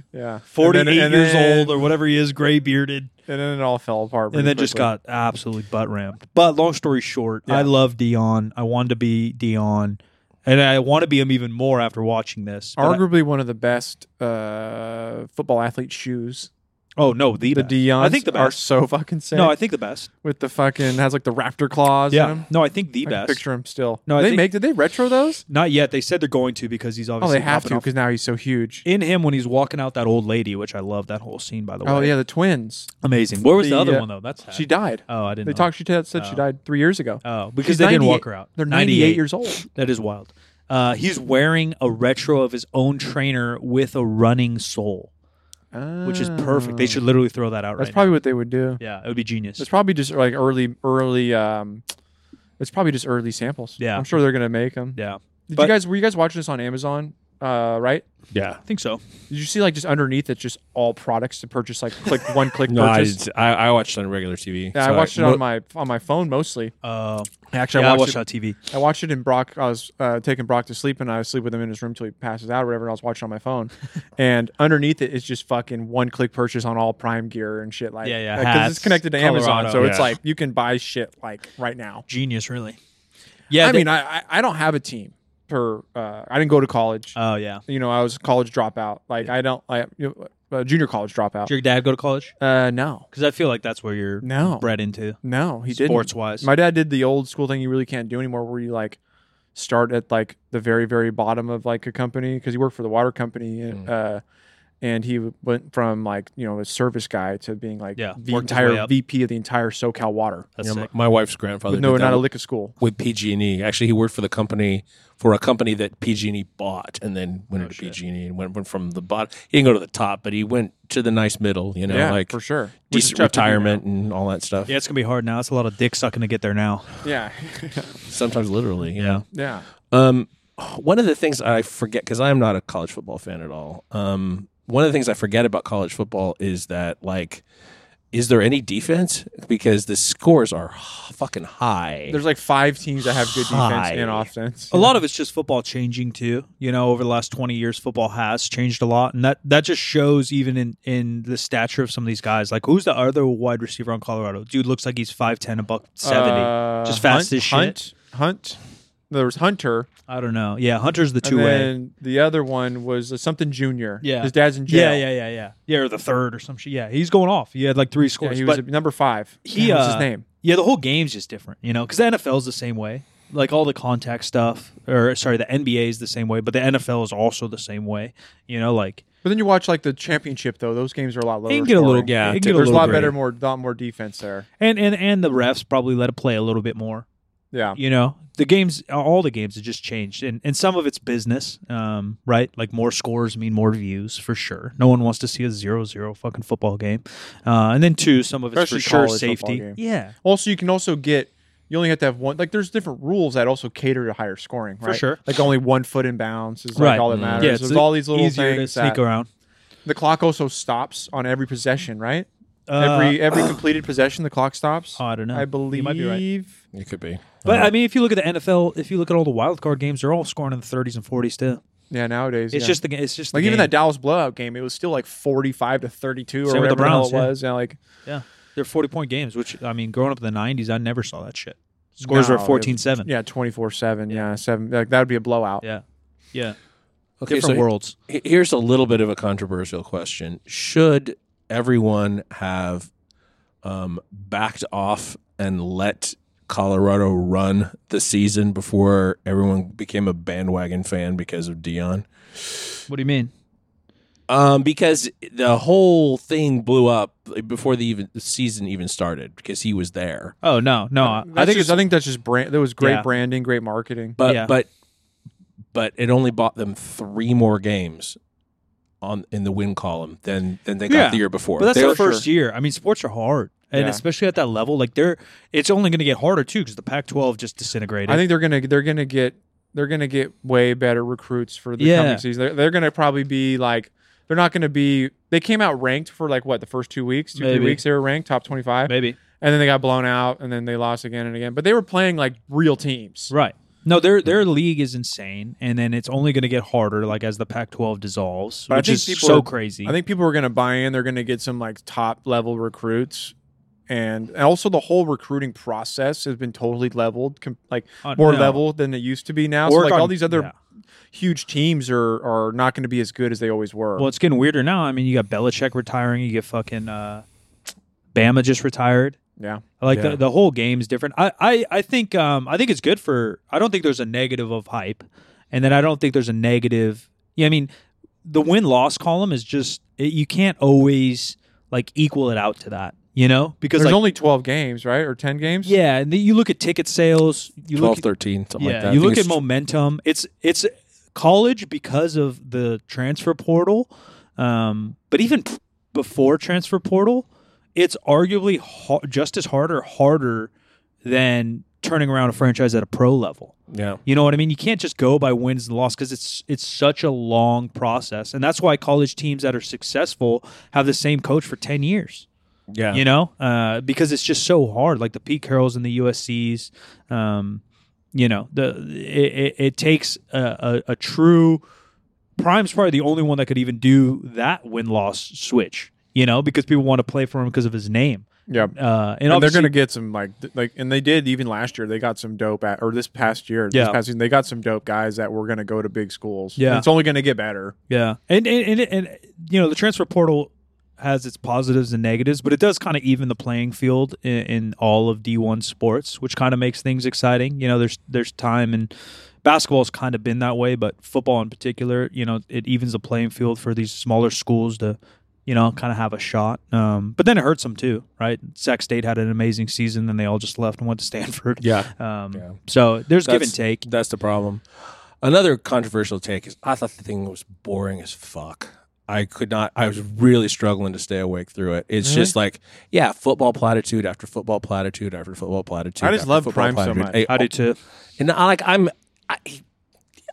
Speaker 2: yeah.
Speaker 1: Forty-eight
Speaker 2: And then- and
Speaker 1: years
Speaker 2: then-
Speaker 1: old or whatever he is, gray bearded.
Speaker 2: And then it all fell apart.
Speaker 1: and
Speaker 2: pretty
Speaker 1: then just
Speaker 2: quickly.
Speaker 1: got absolutely butt ramped. But long story short, I
Speaker 2: Yeah.
Speaker 1: love Dion. I wanted to be Dion, and I want to be him even more after watching this. But I-
Speaker 2: arguably one of the best uh, football athlete shoes.
Speaker 1: Oh no, the
Speaker 2: The
Speaker 1: best.
Speaker 2: Dion's
Speaker 1: I think the
Speaker 2: are
Speaker 1: best.
Speaker 2: so fucking sick.
Speaker 1: No, I think the best.
Speaker 2: with the fucking has like the raptor claws. in
Speaker 1: Yeah.
Speaker 2: them.
Speaker 1: No, I think the
Speaker 2: I can
Speaker 1: best.
Speaker 2: picture him still.
Speaker 1: No,
Speaker 2: No,
Speaker 1: I
Speaker 2: they
Speaker 1: think-
Speaker 2: make. Did they retro those?
Speaker 1: Not yet. They said they're going to because he's
Speaker 2: Oh,
Speaker 1: obviously
Speaker 2: they have
Speaker 1: popping
Speaker 2: to
Speaker 1: off.
Speaker 2: because now he's so huge.
Speaker 1: in him when he's walking out that old lady, which I love that whole scene by the way.
Speaker 2: Oh yeah, the twins.
Speaker 1: amazing. Where was the,
Speaker 2: The,
Speaker 1: other
Speaker 2: uh,
Speaker 1: one though? That's sad.
Speaker 2: She died.
Speaker 1: Oh, I didn't.
Speaker 2: They
Speaker 1: know.
Speaker 2: talked. She t- said she
Speaker 1: Oh.
Speaker 2: died three years ago.
Speaker 1: Oh,
Speaker 2: She's
Speaker 1: because they didn't
Speaker 2: 98
Speaker 1: walk her out.
Speaker 2: They're 98 years old.
Speaker 1: That is wild. Uh, he's wearing a retro of his own trainer with a running sole, which is perfect. They should literally throw that out
Speaker 2: That's
Speaker 1: right
Speaker 2: probably
Speaker 1: now.
Speaker 2: what they would do.
Speaker 1: yeah, it would be genius.
Speaker 2: It's probably just like early, early. um It's probably just early samples.
Speaker 1: Yeah.
Speaker 2: I'm sure they're gonna make them.
Speaker 1: yeah,
Speaker 2: Did
Speaker 1: But-
Speaker 2: you guys were you guys watching this on Amazon? Uh, right?
Speaker 3: Yeah.
Speaker 1: I think so.
Speaker 2: Did you see like just underneath it's just all products to purchase, like click one click
Speaker 3: No, I,
Speaker 2: purchase.
Speaker 3: I I watched it on regular TV.
Speaker 2: yeah, I
Speaker 3: so
Speaker 2: watched it
Speaker 3: mo-
Speaker 2: on my on my phone mostly.
Speaker 1: Uh,
Speaker 2: Actually,
Speaker 1: yeah,
Speaker 2: I watched,
Speaker 1: that TV.
Speaker 2: it. I watched it in Brock. I was uh, taking Brock to sleep, and I would sleep with him in his room till he passes out or whatever. And I was watching on my phone, and underneath it is just fucking one click purchase on all Prime gear and shit like
Speaker 1: Yeah, yeah,
Speaker 2: because
Speaker 1: hats,
Speaker 2: it's connected to Amazon,
Speaker 1: Colorado.
Speaker 2: so it's
Speaker 3: Yeah.
Speaker 2: like you can buy shit like right now.
Speaker 1: Genius, really. Yeah,
Speaker 2: I
Speaker 1: they-
Speaker 2: mean, I, I I don't have a team for uh, I didn't go to college.
Speaker 1: oh yeah.
Speaker 2: you know, I was a college dropout. Like I don't I you know, uh, junior college dropout.
Speaker 1: Did your dad go to college?
Speaker 2: Uh, no,
Speaker 1: Because I feel like that's where you're
Speaker 2: no,
Speaker 1: bred into
Speaker 2: no. He didn't.
Speaker 1: sports wise.
Speaker 2: My dad did the old school thing you really can't do anymore, where you like start at like the very very bottom of like a company because he worked for the water company. and
Speaker 1: Mm.
Speaker 2: Uh, and he went from like you know a service guy to being like
Speaker 1: Yeah,
Speaker 2: the
Speaker 1: worked his way
Speaker 2: entire
Speaker 1: up.
Speaker 2: VP of the entire SoCal Water.
Speaker 1: that's
Speaker 3: yeah, my,
Speaker 1: sick.
Speaker 3: my wife's grandfather.
Speaker 2: With no,
Speaker 3: did that
Speaker 2: not a lick of school.
Speaker 3: with PG&E. E. Actually, he worked for the company for a company that PG&E bought, and then
Speaker 2: Oh,
Speaker 3: went into PG&E and went, went from the bottom. He didn't go to the top, but he went to the nice middle. You know,
Speaker 2: yeah,
Speaker 3: like
Speaker 2: for sure. Which is
Speaker 3: decent
Speaker 2: tough to do now.
Speaker 3: retirement and all that stuff.
Speaker 1: Yeah, it's gonna be hard now. It's a lot of dick sucking to get there now.
Speaker 2: Yeah,
Speaker 3: Sometimes literally. Yeah.
Speaker 2: yeah.
Speaker 3: Um, one of the things I forget because I am not a college football fan at all. Um, one of the things I forget about college football is that like. Is there any defense? Because the scores are h- fucking high.
Speaker 2: There's like five teams that have good defense
Speaker 3: Hi.
Speaker 2: and offense.
Speaker 1: A lot of it's just football changing too. You know, over the last twenty years, football has changed a lot, and that that just shows even in in the stature of some of these guys. Like, who's the other wide receiver on Colorado? Dude looks like he's five ten, a buck seventy,
Speaker 2: Uh,
Speaker 1: just fast
Speaker 2: Hunt,
Speaker 1: as shit.
Speaker 2: Hunt, Hunt. There was Hunter,
Speaker 1: I don't know. Yeah, Hunter's the two
Speaker 2: and
Speaker 1: way.
Speaker 2: then the other one was uh, something junior.
Speaker 1: Yeah.
Speaker 2: his dad's in
Speaker 1: Yeah,
Speaker 2: jail.
Speaker 1: yeah, yeah, yeah, yeah, or the third or some shit. Yeah, he's going off. He had like three
Speaker 2: Yeah,
Speaker 1: scores,
Speaker 2: he was
Speaker 1: but
Speaker 2: a- number five.
Speaker 1: he,
Speaker 2: What was his
Speaker 1: uh,
Speaker 2: name.
Speaker 1: yeah, the whole game's just different. You know, because the NFL's the same way. Like all the contact stuff, or sorry, the NBA is the same way, but the NFL is also the same way. You know, like
Speaker 2: But then you watch like the championship though; those games are a lot lower.
Speaker 1: They can get a little-
Speaker 2: scoring.
Speaker 1: yeah,
Speaker 3: it
Speaker 1: it
Speaker 3: can
Speaker 1: get
Speaker 2: There's
Speaker 1: a
Speaker 2: a,
Speaker 1: little
Speaker 2: lot
Speaker 1: gritty.
Speaker 2: better, more lot more defense there.
Speaker 1: and and and the refs probably let it play a little bit more.
Speaker 2: Yeah,
Speaker 1: You know, the games, all the games have just changed, and and some of it's business, um, right? Like more scores mean more views for sure. No one wants to see a zero zero fucking football game, uh, and then two, some of it's
Speaker 2: Especially
Speaker 1: for sure
Speaker 2: college football
Speaker 1: safety.
Speaker 2: game.
Speaker 1: Yeah,
Speaker 2: Also, you can also get. You only have to have one. Like, there's different rules that also cater to higher scoring, right?
Speaker 1: sure.
Speaker 2: Like only one foot in bounds is like
Speaker 1: Right.
Speaker 2: all that
Speaker 1: Mm.
Speaker 2: matters.
Speaker 1: yeah.
Speaker 2: there's all these little
Speaker 1: easier
Speaker 2: things.
Speaker 1: to sneak
Speaker 2: that- Uh-huh.
Speaker 1: around.
Speaker 2: the clock also stops on every possession, right?
Speaker 1: Uh,
Speaker 2: every every completed possession, the clock stops.
Speaker 1: oh, I don't know.
Speaker 2: I believe
Speaker 1: You might be right.
Speaker 3: it could be.
Speaker 1: But I mean, if you look at the NFL, if you look at all the wild card games, they're all scoring in the 30s and 40s too.
Speaker 2: Yeah, nowadays
Speaker 1: It's
Speaker 2: yeah.
Speaker 1: just the ga- it's just the
Speaker 2: like
Speaker 1: game.
Speaker 2: even that Dallas blowout game. It was still like forty-five to thirty-two or
Speaker 1: Same with
Speaker 2: whatever
Speaker 1: the
Speaker 2: the, hell
Speaker 1: Browns,
Speaker 2: it
Speaker 1: yeah.
Speaker 2: was. Yeah, like
Speaker 1: yeah, they're 40 point games. Which I mean, growing up in the 90s, I never saw that shit. Scores
Speaker 2: No,
Speaker 1: were
Speaker 2: it was-
Speaker 1: 14-7.
Speaker 2: yeah, twenty-four-seven. Yeah, seven. Like that would be a blowout.
Speaker 1: Yeah. Yeah.
Speaker 3: Okay,
Speaker 1: Different
Speaker 3: so
Speaker 1: worlds.
Speaker 3: he- here's a little bit of a controversial question: Should everyone have um, backed off and let Colorado run the season before everyone became a bandwagon fan because of Dion?
Speaker 1: What do you mean?
Speaker 3: Um, because the whole thing blew up before the even the season even started because he was there.
Speaker 1: Oh no, no. I-
Speaker 2: That's
Speaker 1: I think
Speaker 2: just, I think that's just brand. That was great
Speaker 1: Yeah.
Speaker 2: branding, great marketing.
Speaker 3: But
Speaker 1: Yeah.
Speaker 3: but but it only bought them three more games on in the win column than than they got
Speaker 1: Yeah.
Speaker 3: the year before.
Speaker 1: but that's
Speaker 3: They
Speaker 1: the
Speaker 3: were-
Speaker 1: first year. I mean, sports are hard, and
Speaker 2: Yeah.
Speaker 1: especially at that level, like they're it's only going to get harder too because the Pac-12 just disintegrated.
Speaker 2: I think they're gonna they're gonna get they're gonna get way better recruits for the
Speaker 1: Yeah.
Speaker 2: coming season. They're, they're gonna probably be like they're not gonna be. They came out ranked for like what the first two weeks, two
Speaker 1: Maybe.
Speaker 2: three weeks they were ranked top twenty-five.
Speaker 1: maybe
Speaker 2: and then they got blown out, and then they lost again and again. But they were playing like real teams.
Speaker 1: right. No, their their league is insane, and then it's only going to get harder like as the Pac-12 dissolves,
Speaker 2: But I
Speaker 1: which
Speaker 2: think
Speaker 1: is
Speaker 2: people
Speaker 1: so
Speaker 2: are-
Speaker 1: crazy.
Speaker 2: I think people are going to buy in. They're going to get some like top level recruits and, and also the whole recruiting process has been totally leveled, com- like
Speaker 1: Uh,
Speaker 2: more
Speaker 1: no.
Speaker 2: level than it used to be now. so
Speaker 1: Work
Speaker 2: like
Speaker 1: on-
Speaker 2: all these other
Speaker 1: yeah.
Speaker 2: huge teams are are not going to be as good as they always were.
Speaker 1: Well, it's getting weirder now. I mean, you got Belichick retiring. You get fucking uh, Bama just retired.
Speaker 2: yeah,
Speaker 1: I Like
Speaker 3: Yeah.
Speaker 1: the, the whole game's different. I, I, I think um I think it's good for I don't think there's a negative of hype. And then I don't think there's a negative yeah, I mean the win loss column is just it, you can't always like equal it out to that, you know? Because
Speaker 2: there's
Speaker 1: like
Speaker 2: only twelve games, right, or ten games.
Speaker 1: yeah, and then you look at ticket sales, you
Speaker 3: 12,
Speaker 1: look at,
Speaker 3: 13, something like that. I
Speaker 1: You
Speaker 3: think
Speaker 1: look at
Speaker 3: it's
Speaker 1: momentum. It's it's college because of the transfer portal, um, but even p- before transfer portal, it's arguably ha- just as hard or harder than turning around a franchise at a pro level.
Speaker 3: Yeah.
Speaker 1: You know what I mean? You can't just go by wins and loss because it's it's such a long process, and that's why college teams that are successful have the same coach for ten years
Speaker 3: Yeah.
Speaker 1: you know, uh, because it's just so hard. Like the Pete Carrolls and the USC's, um, you know, the it, it, it takes a, a, a true. Prime's probably the only one that could even do that win loss switch, you know, because people want to play for him because of his name.
Speaker 2: yeah.
Speaker 1: Uh, and
Speaker 2: And, they're
Speaker 1: obviously-
Speaker 2: going to get some like th- like, and they did even last year. They got some dope at, or this past year, this
Speaker 1: Yeah.
Speaker 2: past season, they got some dope guys that were going to go to big schools.
Speaker 1: Yeah.
Speaker 2: And it's only going to get better.
Speaker 1: Yeah, and and, and and you know the transfer portal has its positives and negatives, but it does kind of even the playing field in, in all of D one sports, which kind of makes things exciting. You know, there's there's time and basketball's kind of been that way, but football in particular, you know, it evens the playing field for these smaller schools to. You know, kind of have a shot, um, but then it hurts them too, right? Sac State had an amazing season, and they all just left and went to Stanford.
Speaker 3: Yeah.
Speaker 1: Um,
Speaker 3: Yeah.
Speaker 1: So there's give
Speaker 3: That's-
Speaker 1: and take.
Speaker 3: That's the problem. Another controversial take is I thought the thing was boring as fuck. I could not. I was really struggling to stay awake through it. It's just like, yeah, football platitude after football platitude after football platitude.
Speaker 2: I just
Speaker 3: after
Speaker 2: love Prime
Speaker 3: football
Speaker 2: so
Speaker 3: platitude.
Speaker 2: much.
Speaker 3: Hey, oh,
Speaker 1: I do too.
Speaker 3: And I, like, I'm, I, he-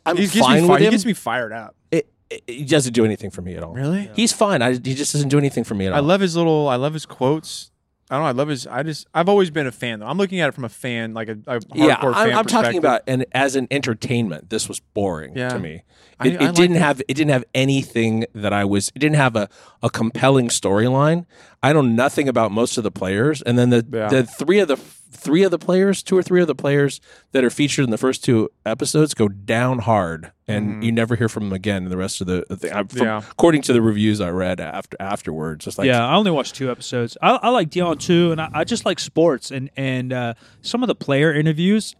Speaker 3: I'm
Speaker 2: He gets,
Speaker 3: fine
Speaker 2: me, fi-
Speaker 3: with
Speaker 2: he
Speaker 3: him.
Speaker 2: gets me fired up.
Speaker 3: it, it, it doesn't do anything for me at all.
Speaker 2: Really?
Speaker 3: He's fine. I, he just doesn't do anything for me at all.
Speaker 2: I love his little. I love his quotes. I don't. know. I love his. I just. I've always been a fan. though. I'm looking at it from a fan, like a, a hardcore
Speaker 3: yeah,
Speaker 2: fan.
Speaker 3: I'm, I'm talking
Speaker 2: perspective.
Speaker 3: about and as an entertainment, this was boring
Speaker 2: Yeah.
Speaker 3: to me.
Speaker 2: I-
Speaker 3: It,
Speaker 2: I
Speaker 3: it
Speaker 2: like
Speaker 3: didn't
Speaker 2: it.
Speaker 3: have it didn't have anything that I was. It didn't have a, a compelling storyline. I know nothing about most of the players, and then the
Speaker 2: Yeah.
Speaker 3: the three of the three of the players, two or three of the players that are featured in the first two episodes go down hard, and you never hear from them again. in The rest of the, the thing, I'm- from-
Speaker 2: Mm-hmm. Yeah.
Speaker 3: according to the reviews I read after afterwards, it's like
Speaker 1: yeah, I only watched two episodes. I, I like Dion too, and I, I just like sports and and uh, some of the player interviews,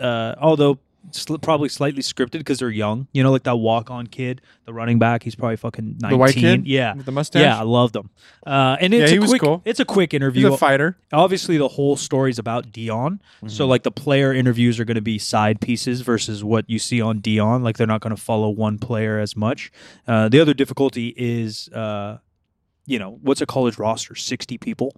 Speaker 1: uh, although sl- probably slightly scripted because they're young. You know, like that walk on kid, the running back. He's probably fucking nineteen.
Speaker 2: The white kid
Speaker 1: yeah,
Speaker 2: with the mustache?
Speaker 1: Yeah, I loved him. Uh, and
Speaker 2: Yeah,
Speaker 1: it's
Speaker 2: he
Speaker 1: a
Speaker 2: was
Speaker 1: quick,
Speaker 2: cool.
Speaker 1: it's a quick
Speaker 2: He's
Speaker 1: interview.
Speaker 2: a fighter.
Speaker 1: Obviously, the whole story's about Dion, so
Speaker 2: Mm-hmm.
Speaker 1: like the player interviews are going to be side pieces versus what you see on Dion. Like they're not going to follow one player as much. Uh, the other difficulty is. Uh, you know what's a college roster 60 people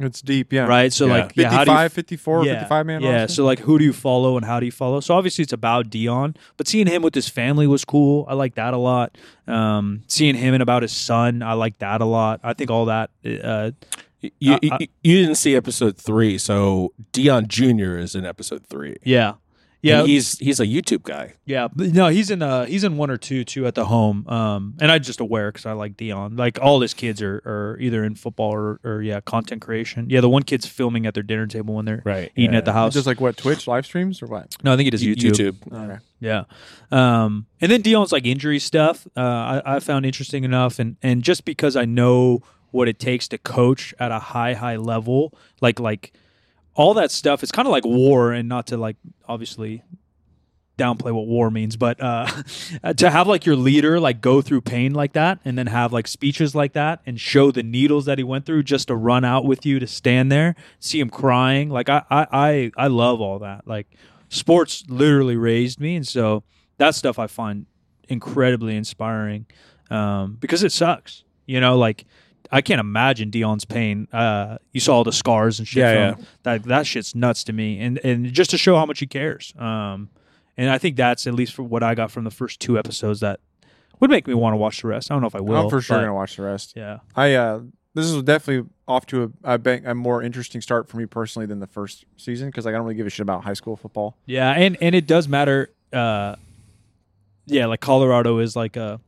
Speaker 2: It's deep. Yeah.
Speaker 1: right so
Speaker 3: Yeah.
Speaker 1: like yeah, how
Speaker 2: 55,
Speaker 1: do you
Speaker 2: 54,
Speaker 1: yeah,
Speaker 2: 55 man.
Speaker 1: yeah
Speaker 2: roster.
Speaker 1: so like who do you follow and how do you follow so obviously it's about dion but seeing him with his family was cool i like that a lot um seeing him and about his son i like that a lot i think all that uh
Speaker 3: you, you,
Speaker 1: I- I-
Speaker 3: you didn't see episode three, so Dion Junior is in episode three.
Speaker 1: yeah
Speaker 3: Yeah,
Speaker 1: yeah
Speaker 3: he's he's a YouTube guy.
Speaker 1: yeah but no he's in uh he's in one or two too at the home um and i just aware because i like dion like all his kids are are either in football or, or yeah content creation yeah the one kid's filming at their dinner table when they're
Speaker 3: Right,
Speaker 1: eating
Speaker 3: yeah.
Speaker 1: at the house
Speaker 2: Just like what Twitch live streams or what?
Speaker 1: no i think it is
Speaker 3: YouTube.
Speaker 1: Uh,
Speaker 2: Okay.
Speaker 1: Yeah. Um, and then Dion's like injury stuff, uh, I, I found interesting enough. And, and just because I know what it takes to coach at a high, high level, like, like all that stuff, it's kind of like war and not to like, obviously downplay what war means, but, uh, to have like your leader, like go through pain like that and then have like speeches like that and show the needles that he went through just to run out with you to stand there, see him crying. Like I, I, I, I love all that. Like, sports literally raised me and so that stuff i find incredibly inspiring um, because it sucks you know like i can't imagine dion's pain uh, you saw all the scars and shit
Speaker 3: Yeah,
Speaker 1: from that that shit's nuts to me and and just to show how much he cares um, and i think that's at least for what i got from the first two episodes that would make me want to watch the rest i don't know if i will
Speaker 2: I'm for sure
Speaker 1: but-
Speaker 2: gonna watch the rest.
Speaker 1: yeah
Speaker 2: I uh this is definitely off to a a, bang, a more interesting start for me personally than the first season because like, I don't really give a shit about high school football.
Speaker 1: Yeah, and and it does matter. Uh, yeah, like Colorado is like a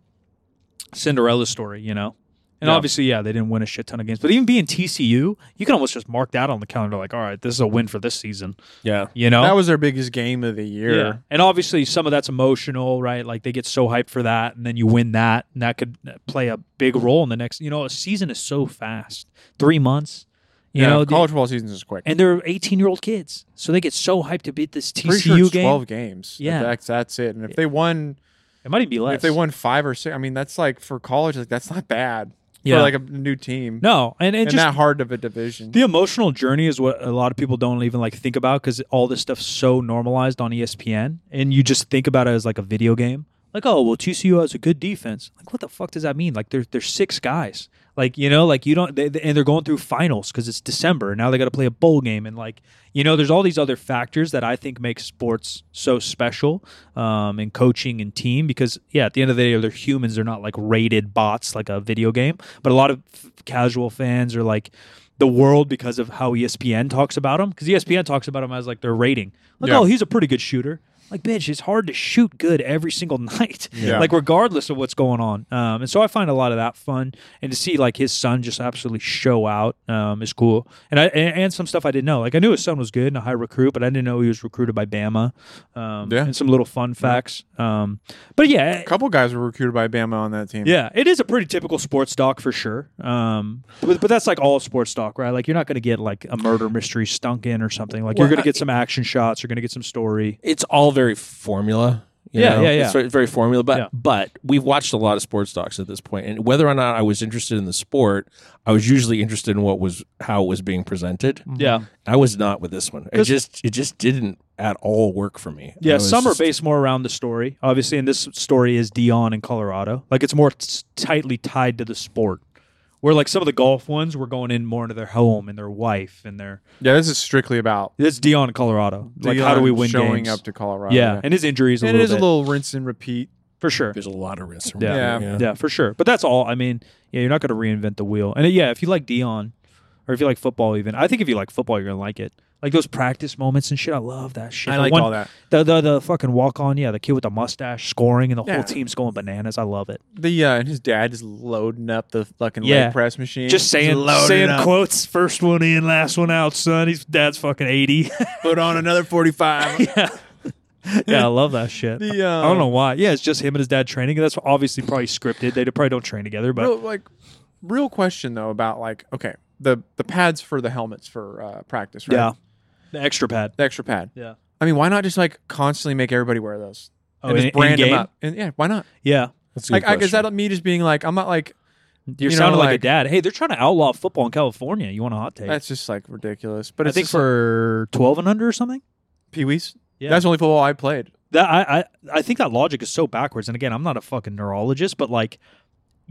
Speaker 1: Cinderella story, you know. And
Speaker 2: Yeah.
Speaker 1: obviously, yeah, they didn't win a shit ton of games. But even being TCU, you can almost just mark that on the calendar like, all right, this is a win for this season.
Speaker 3: Yeah.
Speaker 1: You know?
Speaker 2: That was their biggest game of the year.
Speaker 1: Yeah. And obviously, some of that's emotional, right? Like they get so hyped for that, and then you win that, and that could uh, play a big role in the next. You know, a season is so fast three months, you
Speaker 2: Yeah,
Speaker 1: know, the-
Speaker 2: college football season is quick.
Speaker 1: and they're 18 year old kids. So they get so hyped to beat this TCU
Speaker 2: Pretty sure it's
Speaker 1: game.
Speaker 2: twelve games.
Speaker 1: Yeah.
Speaker 2: that's that's it. And if they won,
Speaker 1: It might even be less.
Speaker 2: if they won five or six, I mean, that's like for college, like that's not bad.
Speaker 1: Yeah.
Speaker 2: for like a new team.
Speaker 1: no, and, and
Speaker 2: and
Speaker 1: just
Speaker 2: that hard of a division.
Speaker 1: the emotional journey is what a lot of people don't even like think about because all this stuff's so normalized on E ESPN, and you just think about it as like a video game. Like, oh well, TCU has a good defense. Like, what the fuck does that mean? Like, they're they're six guys. Like, you know, like you don't, they, they- and they're going through finals because it's December. and Now they got to play a bowl game, and like, you know, there's all these other factors that I think make sports so special, um, and coaching and team because yeah, at the end of the day, they're humans. They're not like rated bots like a video game. But a lot of f- casual fans are like, the world because of how E ESPN talks about him. E Because ESPN talks about him as like their rating. Like,
Speaker 2: Yeah.
Speaker 1: oh, he's a pretty good shooter. Like, bitch, it's hard to shoot good every single night.
Speaker 2: Yeah.
Speaker 1: Like, regardless of what's going on. Um, and so I find a lot of that fun, and to see like his son just absolutely show out um, is cool. And I and, and some stuff I didn't know. Like, I knew his son was good and a high recruit, but I didn't know he was recruited by Bama. Um,
Speaker 2: Yeah.
Speaker 1: And some little fun facts. Um, but yeah,
Speaker 2: A couple guys were recruited by Bama on that team.
Speaker 1: yeah, it is a pretty typical sports doc for sure. Um, but, but that's like all sports doc, right? Like you're not going to get like a murder mystery stunk in or something. Like you're
Speaker 3: Well,
Speaker 1: going to get some action shots. You're going to get some story.
Speaker 3: It's all very formula. you
Speaker 1: Yeah,
Speaker 3: know?
Speaker 1: yeah, yeah.
Speaker 3: It's very- very formula. But
Speaker 1: Yeah.
Speaker 3: but we've watched a lot of sports docs at this point, and whether or not I was interested in the sport, I was usually interested in what was how it was being presented.
Speaker 1: Yeah,
Speaker 3: I was not with this one. It
Speaker 1: Mm. 'Cause-
Speaker 3: just it just didn't at all work for me. I
Speaker 1: yeah.
Speaker 3: was
Speaker 1: Some are
Speaker 3: just-
Speaker 1: based more around the story, obviously, and this story is Dion in Colorado. Like it's more t- tightly tied to the sport. Where like some of the golf ones, we're going in more into their home and their wife and their.
Speaker 2: yeah. This is strictly about
Speaker 1: It's Dion in Colorado. Like how do we
Speaker 2: Deion
Speaker 1: win
Speaker 2: showing
Speaker 1: games?
Speaker 2: up to Colorado.
Speaker 1: yeah. and his injuries a
Speaker 2: and
Speaker 1: little
Speaker 2: it is
Speaker 1: bit
Speaker 2: a little rinse and repeat.
Speaker 1: for sure.
Speaker 3: There's a lot of rinse. and
Speaker 1: Yeah.
Speaker 3: repeat,
Speaker 2: Yeah.
Speaker 1: Yeah, for sure. But that's all. I mean, yeah, you're not going to reinvent the wheel. And uh, yeah, if you like Dion, or if you like football, even I think if you like football, you're gonna like it. Like those practice moments and shit. I love that shit.
Speaker 2: I
Speaker 1: The
Speaker 2: like
Speaker 1: one-
Speaker 2: all that.
Speaker 1: The, the the fucking walk on. Yeah, the kid with the mustache scoring and the
Speaker 2: Yeah.
Speaker 1: whole team's going bananas. I love it.
Speaker 2: The uh, and his dad is loading up the fucking
Speaker 1: Yeah.
Speaker 2: leg press machine.
Speaker 1: Just saying,
Speaker 2: loading
Speaker 1: saying
Speaker 2: up.
Speaker 1: quotes. First one in, last one out, son. His dad's fucking eighty.
Speaker 2: put on another forty five.
Speaker 1: yeah. Yeah, I love that shit.
Speaker 2: The, uh,
Speaker 1: I don't know why. Yeah, it's just him and his dad training. That's obviously probably scripted. They probably don't train together, but
Speaker 2: real, like real question though about like okay the the pads for the helmets for uh, practice right?
Speaker 1: yeah, the extra pad.
Speaker 2: the extra pad
Speaker 1: Yeah.
Speaker 2: I mean why not just like constantly make everybody wear those
Speaker 1: Oh,
Speaker 2: and
Speaker 1: in-
Speaker 2: just brand
Speaker 1: in-game?
Speaker 2: them up and yeah why not
Speaker 1: Yeah,
Speaker 3: That's a good
Speaker 2: like I, is
Speaker 3: question.
Speaker 2: that me just being like I'm not like
Speaker 1: You're
Speaker 2: You know,
Speaker 1: sounding like, a
Speaker 2: like-
Speaker 1: dad. Hey, they're trying to outlaw football in California. You want a hot take?
Speaker 2: that's just like ridiculous but
Speaker 1: I
Speaker 2: it's
Speaker 1: think
Speaker 2: just, like,
Speaker 1: for twelve and under or something.
Speaker 2: Pee Wee's
Speaker 1: Yeah.
Speaker 2: that's the only football I played
Speaker 1: That I, I I think that logic is so backwards. And again, I'm not a fucking neurologist, but like,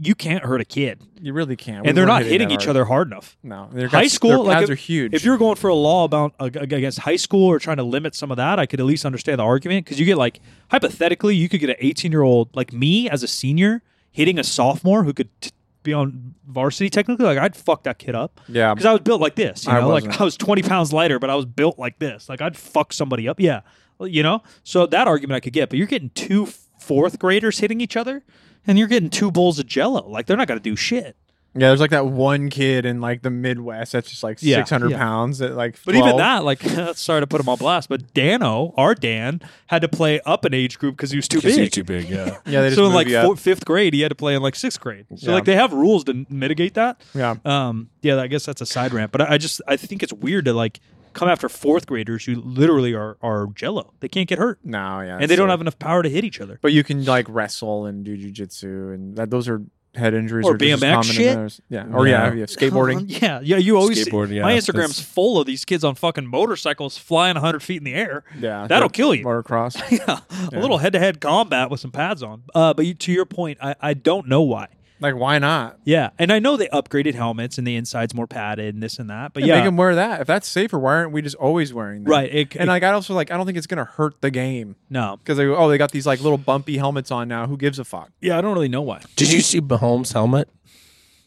Speaker 1: you can't hurt a kid,
Speaker 2: you really can't We
Speaker 1: and they're
Speaker 2: weren't
Speaker 1: not hitting,
Speaker 2: that
Speaker 1: each
Speaker 2: hard.
Speaker 1: other hard enough.
Speaker 2: no they're
Speaker 1: High
Speaker 2: got-
Speaker 1: school,
Speaker 2: their
Speaker 1: like,
Speaker 2: pads
Speaker 1: if-
Speaker 2: are huge
Speaker 1: If you're going for a law about ag- ag- against high school or trying to limit some of that, I could at least understand the argument because you get like hypothetically, you could get an 18 year old like me as a senior hitting a sophomore who could. T- be on varsity technically, like I'd fuck that kid up.
Speaker 2: yeah
Speaker 1: because I was built like this. You know,
Speaker 2: I
Speaker 1: like
Speaker 2: wasn't.
Speaker 1: I was twenty pounds lighter, but I was built like this. Like I'd fuck somebody up. Yeah, Well, you know. So that argument I could get, but you're getting two fourth graders hitting each other, and you're getting two bowls of Jello. Like they're not gonna do shit.
Speaker 2: yeah there's like that one kid in like the Midwest that's just like
Speaker 1: Yeah,
Speaker 2: 600
Speaker 1: yeah.
Speaker 2: pounds at like
Speaker 1: But even
Speaker 2: 12.
Speaker 1: that, like, sorry to put him on blast, but Dano, our Dan, had to play up an age group because he was too
Speaker 3: 'Cause
Speaker 1: big.
Speaker 3: you're too big. Yeah.
Speaker 2: yeah they just
Speaker 1: so in
Speaker 2: move
Speaker 1: like
Speaker 2: you up.
Speaker 1: four, fifth grade, he had to play in like sixth grade. So
Speaker 2: Yeah.
Speaker 1: like they have rules to mitigate that.
Speaker 2: yeah
Speaker 1: Um, yeah, I guess that's a side rant, but I, I just I think it's weird to like come after fourth graders who literally are are jello. They can't get hurt,
Speaker 2: no yeah
Speaker 1: and they don't
Speaker 2: have.
Speaker 1: have enough power to hit each other.
Speaker 2: But you can like wrestle and do jujitsu, and that those are head injuries
Speaker 1: Or
Speaker 2: are just as
Speaker 1: BMX
Speaker 2: common as
Speaker 1: shit?
Speaker 2: others. Yeah, or yeah,
Speaker 3: Yeah.
Speaker 2: yeah, skateboarding.
Speaker 1: yeah, yeah. You always see-
Speaker 3: Skateboard, yeah,
Speaker 1: my Instagram's
Speaker 3: that's-
Speaker 1: full of these kids on fucking motorcycles flying 100 feet in the air.
Speaker 2: Yeah,
Speaker 1: That'll
Speaker 2: dirt-
Speaker 1: kill you.
Speaker 2: Motocross.
Speaker 1: yeah, a little head-to-head combat with some pads on. Uh, but you, to your point, I, I don't know why.
Speaker 2: like, why not?
Speaker 1: Yeah, and I know they upgraded helmets and the inside's more padded and this and that. But
Speaker 2: Yeah,
Speaker 1: yeah,
Speaker 2: make them wear that. If that's safer, why aren't we just always wearing that?
Speaker 1: right. It,
Speaker 2: And
Speaker 1: it-
Speaker 2: like, I also like, I don't think it's gonna hurt the game
Speaker 1: no,
Speaker 2: because they oh they got these like little bumpy helmets on now. Who gives a fuck?
Speaker 1: yeah, I don't really know why.
Speaker 3: Did you see Mahomes' helmet?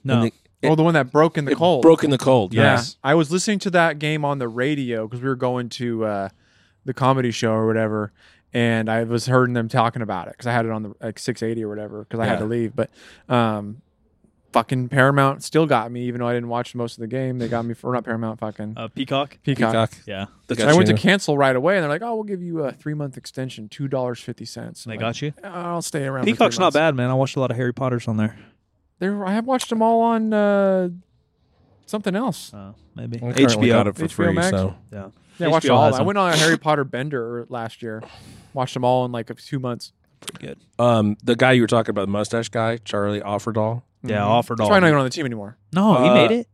Speaker 1: No,
Speaker 3: And It-
Speaker 2: oh, the one that broke in the
Speaker 3: It
Speaker 2: cold.
Speaker 3: broke in the cold.
Speaker 2: Yeah,
Speaker 3: Yes.
Speaker 2: I was listening to that game on the radio because we were going to uh, the comedy show or whatever, and I was hearing them talking about it because I had it on the like 680 or whatever because I had
Speaker 3: Yeah.
Speaker 2: to leave. But um, fucking Paramount still got me, even though I didn't watch most of the game. They got me for not Paramount, fucking
Speaker 1: Uh, Peacock.
Speaker 2: Peacock.
Speaker 3: Peacock.
Speaker 1: Yeah,
Speaker 3: They
Speaker 2: So
Speaker 3: got
Speaker 2: I went
Speaker 3: you.
Speaker 2: to cancel right away, and they're like, "Oh, we'll give you a three month extension, two dollars fifty cents."
Speaker 1: they got you.
Speaker 2: I'll stay around. for three
Speaker 1: Peacock's not
Speaker 2: months."
Speaker 1: bad, man. I watched a lot of Harry Potter's on there.
Speaker 2: They're, I have watched them all on uh, something else.
Speaker 1: Uh, maybe
Speaker 3: I currently
Speaker 1: HBO.
Speaker 3: got it for
Speaker 2: HBO
Speaker 3: free,
Speaker 2: Max.
Speaker 3: so
Speaker 1: Yeah,
Speaker 2: Yeah, I watched
Speaker 1: HBO
Speaker 2: all.
Speaker 1: has
Speaker 2: I
Speaker 1: them.
Speaker 2: went on a Harry Potter bender last year. Watched them all in like a- two months.
Speaker 1: Pretty good.
Speaker 3: um, the guy you were talking about, the mustache guy, Charlie Offerdahl.
Speaker 1: Yeah,
Speaker 2: Mhm.
Speaker 1: offered
Speaker 2: That's
Speaker 1: all.
Speaker 2: why I'm not even on the team anymore.
Speaker 1: no, he
Speaker 3: Uh,
Speaker 1: made it.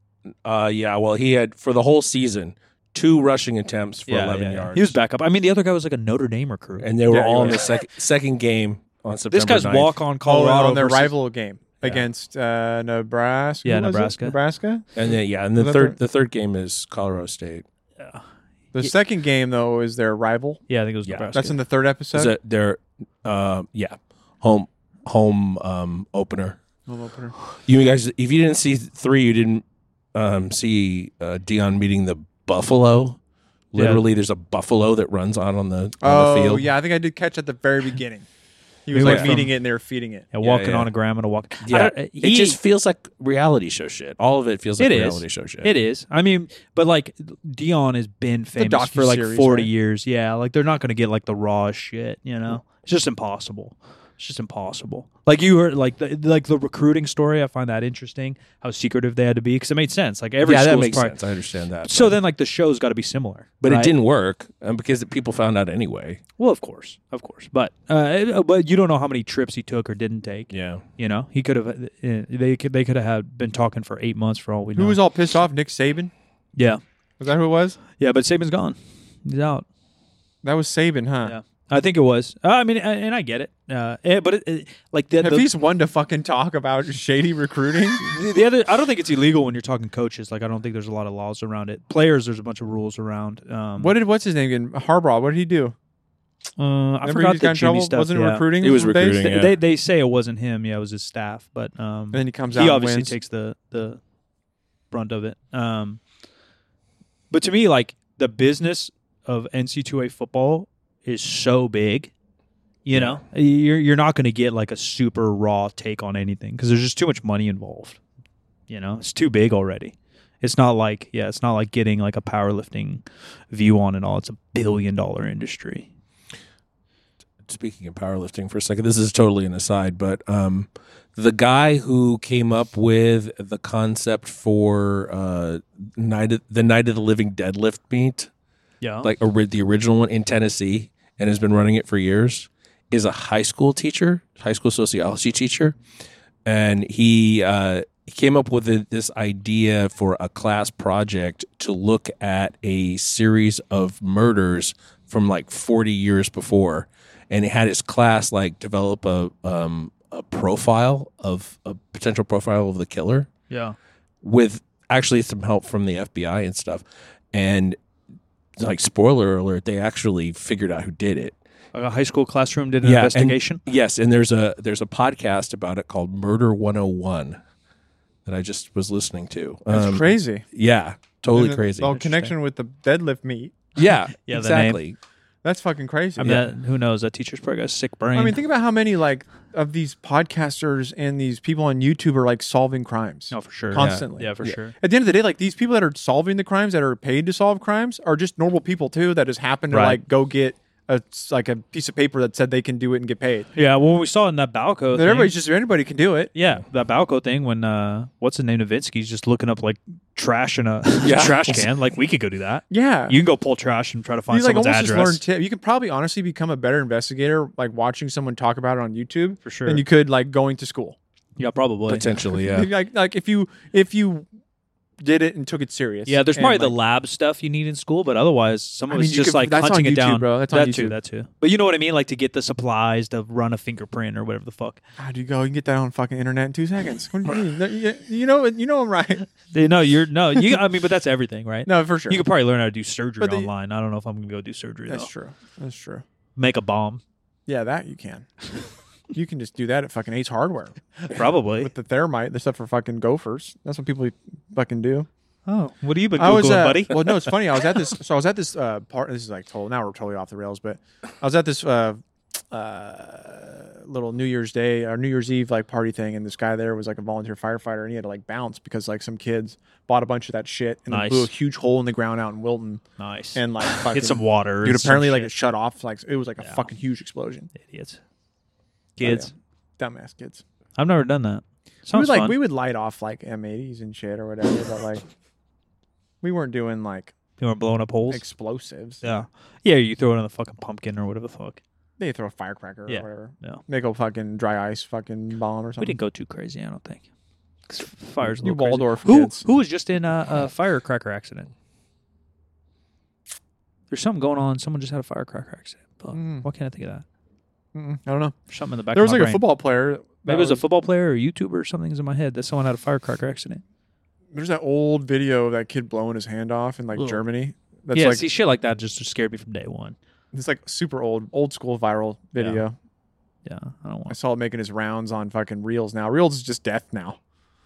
Speaker 3: Uh, yeah, well, he had for the whole season two rushing attempts for
Speaker 1: Yeah,
Speaker 3: 11
Speaker 1: yeah, yeah.
Speaker 3: yards.
Speaker 1: He was back up. I mean, the other guy was like a Notre Dame recruit.
Speaker 3: and they were
Speaker 2: Yeah, he
Speaker 3: all in
Speaker 2: was.
Speaker 3: the second second game on September.
Speaker 1: this guy's
Speaker 3: 9th.
Speaker 1: walk on
Speaker 2: Colorado
Speaker 1: Colorado
Speaker 2: on their
Speaker 1: versus-
Speaker 2: Oh, rival game against uh, Nebraska.
Speaker 1: Yeah,
Speaker 2: was it?
Speaker 1: Nebraska.
Speaker 2: Nebraska.
Speaker 3: and then yeah, and the
Speaker 2: Was that
Speaker 3: third
Speaker 2: their-
Speaker 3: the third game is Colorado State.
Speaker 2: The
Speaker 1: Yeah.
Speaker 2: second game though is their rival.
Speaker 1: Yeah, I think it was
Speaker 3: Yeah,
Speaker 1: Nebraska.
Speaker 2: That's in the third episode.
Speaker 3: Is it their uh, yeah home home um, opener?
Speaker 2: Home opener.
Speaker 3: You guys, if you didn't see three, you didn't um, see uh, Dion meeting the buffalo.
Speaker 1: Yeah.
Speaker 3: Literally, there's a buffalo that runs out on the on the
Speaker 2: Oh
Speaker 3: field.
Speaker 2: yeah, I think I did catch at the very beginning. He was
Speaker 1: He
Speaker 2: like
Speaker 1: went
Speaker 2: feeding
Speaker 1: from-
Speaker 2: it and they were feeding it.
Speaker 1: yeah,
Speaker 3: Yeah,
Speaker 1: walking
Speaker 3: yeah.
Speaker 1: on a gram and a walk. I
Speaker 3: Yeah,
Speaker 1: don't- uh,
Speaker 3: it
Speaker 1: he-
Speaker 3: just feels like reality show shit. All of it feels like
Speaker 1: It is.
Speaker 3: reality show shit.
Speaker 1: It is. I mean, but like Dion has been famous for like
Speaker 2: docuseries,
Speaker 1: forty
Speaker 2: right?
Speaker 1: years. Yeah, like they're not going to get like the raw shit. You know, it's just impossible. It's just impossible. Like you heard, like the like the recruiting story. I find that interesting. How secretive they had to be because it made sense. Like every
Speaker 3: yeah, that
Speaker 1: school's
Speaker 3: makes
Speaker 1: probably-
Speaker 3: sense. I understand that.
Speaker 1: So
Speaker 3: but,
Speaker 1: then, like the show's got to be similar.
Speaker 3: but
Speaker 1: right?
Speaker 3: it didn't work um, because the people found out anyway.
Speaker 1: Well, of course, of course. But uh, but you don't know how many trips he took or didn't take.
Speaker 3: Yeah,
Speaker 1: You know, he could have. uh, They could. They could have been talking for eight months for all we know.
Speaker 2: Who was all pissed off? Nick Saban.
Speaker 1: yeah,
Speaker 2: Was that who it was?
Speaker 1: yeah. But Saban's gone. He's out.
Speaker 2: That was Saban, huh?
Speaker 1: Yeah, I think it was. Uh, I mean, a- and I get it. Uh, eh, but it, it- like the
Speaker 2: If
Speaker 1: the,
Speaker 2: he's one to fucking talk about shady recruiting,
Speaker 1: the other, I don't think it's illegal when you're talking coaches. Like, I don't think there's a lot of laws around it. Players, there's a bunch of rules around. Um,
Speaker 2: what did what's his name again? Harbaugh. What did he do?
Speaker 1: Uh, I
Speaker 2: Remember he
Speaker 1: forgot
Speaker 2: got
Speaker 1: the
Speaker 2: in
Speaker 1: Jimmy
Speaker 2: trouble?
Speaker 1: stuff.
Speaker 2: Wasn't it
Speaker 1: yeah.
Speaker 2: recruiting?
Speaker 3: It was
Speaker 2: Some days?
Speaker 3: recruiting.
Speaker 1: They,
Speaker 3: Yeah.
Speaker 1: they they say it wasn't him. Yeah, it was his staff. But um,
Speaker 2: And then he comes out.
Speaker 1: he
Speaker 2: and
Speaker 1: obviously
Speaker 2: wins.
Speaker 1: takes the the brunt of it. Um, but to me, like the business of NC2A football is so big. You know, you're you're not going to get like a super raw take on anything because there's just too much money involved. You know, it's too big already. It's not like yeah, it's not like getting like a powerlifting view on it all. It's a billion dollar industry.
Speaker 3: speaking of powerlifting for a second, this is totally an aside, but um, the guy who came up with the concept for uh, night of, the Night of the Living Deadlift meet,
Speaker 1: Yeah,
Speaker 3: like ori- the original one in Tennessee, and has been running it for years, is a high school teacher, high school sociology teacher, and he uh, he came up with a, this idea for a class project to look at a series of murders from like 40 years before, and he had his class like develop a um, a profile of a potential profile of the killer
Speaker 1: yeah,
Speaker 3: with actually some help from the FBI and stuff. And like spoiler alert, they actually figured out who did it.
Speaker 1: like a high school classroom did an
Speaker 3: Yeah, and-
Speaker 1: investigation.
Speaker 3: Yes, and there's a there's a podcast about it called Murder 101 that I just was listening to.
Speaker 2: That's
Speaker 3: Um,
Speaker 2: crazy.
Speaker 3: yeah, totally
Speaker 2: And
Speaker 3: crazy.
Speaker 2: The whole connection with the deadlift meet.
Speaker 3: Yeah,
Speaker 1: Yeah, the name.
Speaker 3: exactly.
Speaker 2: That's fucking crazy.
Speaker 1: I mean, that, who knows? That teacher's probably got a sick brain.
Speaker 2: I mean, think about how many like of these podcasters and these people on YouTube are like solving crimes
Speaker 1: no, Oh, for sure.
Speaker 2: constantly.
Speaker 1: Yeah, for sure.
Speaker 2: At the end of the day, like these people that are solving the crimes that are paid to solve crimes are just normal people too that just happen to
Speaker 1: Right.
Speaker 2: like go get a like a piece of paper that said they can do it and get paid.
Speaker 1: Yeah, well, we saw in that Balco.
Speaker 2: That
Speaker 1: thing-
Speaker 2: everybody's just anybody can do it.
Speaker 1: yeah, that Balco thing when uh, what's the name Novinsky's just looking up like trash in a
Speaker 3: Yeah.
Speaker 1: trash can. Like we could go do that.
Speaker 2: Yeah.
Speaker 1: You can go pull trash and try to find
Speaker 2: you like
Speaker 1: someone's
Speaker 2: almost
Speaker 1: address.
Speaker 2: just learn tip. You could probably honestly become a better investigator like watching someone talk about it on YouTube
Speaker 1: For sure.
Speaker 2: than you could like going to school.
Speaker 1: yeah, probably.
Speaker 3: Potentially, yeah.
Speaker 2: Like like if you if you did it and took it serious.
Speaker 1: Yeah, there's
Speaker 2: and,
Speaker 1: probably the
Speaker 2: like,
Speaker 1: lab stuff you need in school, but otherwise, some
Speaker 2: I
Speaker 1: of
Speaker 2: mean,
Speaker 1: it's
Speaker 2: you
Speaker 1: just
Speaker 2: could-
Speaker 1: like
Speaker 2: that's on
Speaker 1: hunting it
Speaker 2: YouTube,
Speaker 1: down,
Speaker 2: bro. That's on
Speaker 1: that too,
Speaker 2: YouTube.
Speaker 1: that too. But you know what I mean, like to get the supplies to run a fingerprint or whatever the fuck.
Speaker 2: How do you go? You can get that on fucking internet in two seconds. What do you mean? You- you know, you know I'm right.
Speaker 1: They- No, you're no, you. I mean, but that's everything, right?
Speaker 2: No, for sure.
Speaker 1: You could probably learn how to do surgery
Speaker 2: But the-
Speaker 1: online. I don't know if I'm gonna go do surgery.
Speaker 2: That's
Speaker 1: though.
Speaker 2: true. That's true.
Speaker 1: Make a bomb,
Speaker 2: Yeah, that you can. you can just do that at fucking Ace Hardware
Speaker 1: probably.
Speaker 2: with the thermite. The stuff for fucking gophers. That's what people fucking do.
Speaker 1: Oh, what have you been
Speaker 2: I was,
Speaker 1: googling,
Speaker 2: uh,
Speaker 1: buddy?
Speaker 2: Well, no, it's funny. I was at this. So I was at this uh, part. This is like total. Now we're totally off the rails, but I was at this uh, uh, little New Year's Day or New Year's Eve like party thing, and this guy there was like a volunteer firefighter, and he had to like bounce because like some kids bought a bunch of that shit and then
Speaker 1: Nice.
Speaker 2: blew a huge hole in the ground out in Wilton,
Speaker 1: Nice.
Speaker 2: and like fucking,
Speaker 1: Get some water.
Speaker 2: Dude,
Speaker 1: and some
Speaker 2: apparently like Oh, it
Speaker 1: shit.
Speaker 2: shut off. Like it was like a
Speaker 1: Yeah.
Speaker 2: fucking huge explosion.
Speaker 1: idiots, kids.
Speaker 2: Dumbass kids.
Speaker 1: I've never done that.
Speaker 2: we would,
Speaker 1: Sounds
Speaker 2: like
Speaker 1: fun.
Speaker 2: we would light off like M80s and shit or whatever, but like we weren't doing like
Speaker 1: you were blowing up holes.
Speaker 2: explosives.
Speaker 1: yeah, yeah. You throw it on the fucking pumpkin or whatever the fuck.
Speaker 2: They throw a firecracker
Speaker 1: Yeah.
Speaker 2: or whatever.
Speaker 1: Yeah.
Speaker 2: Make a fucking dry ice fucking bomb or
Speaker 1: We
Speaker 2: something.
Speaker 1: didn't go too crazy, I don't think. 'Cause Fires a
Speaker 2: You
Speaker 1: little crazy.
Speaker 2: Waldorf
Speaker 1: Who
Speaker 2: kids.
Speaker 1: who was just in a, a firecracker accident? There's something going on. Someone just had a firecracker accident. Fuck.
Speaker 2: Mm.
Speaker 1: Why can't I think of that?
Speaker 2: Mm-mm, I don't know.
Speaker 1: There's something in the back.
Speaker 2: there
Speaker 1: of
Speaker 2: was
Speaker 1: my
Speaker 2: like a
Speaker 1: brain.
Speaker 2: football player. that
Speaker 1: Maybe it was a football player or YouTuber or something's in my head that someone had a firecracker accident.
Speaker 2: There's that old video of that kid blowing his hand off in like
Speaker 1: Ugh.
Speaker 2: Germany. That's
Speaker 1: yeah,
Speaker 2: like Mm-hmm.
Speaker 1: see, shit like that just scared me from day one.
Speaker 2: it's like super old, old school viral video.
Speaker 1: Yeah, I don't
Speaker 2: I
Speaker 1: want.
Speaker 2: saw it making his rounds on fucking reels now. Reels is just death now.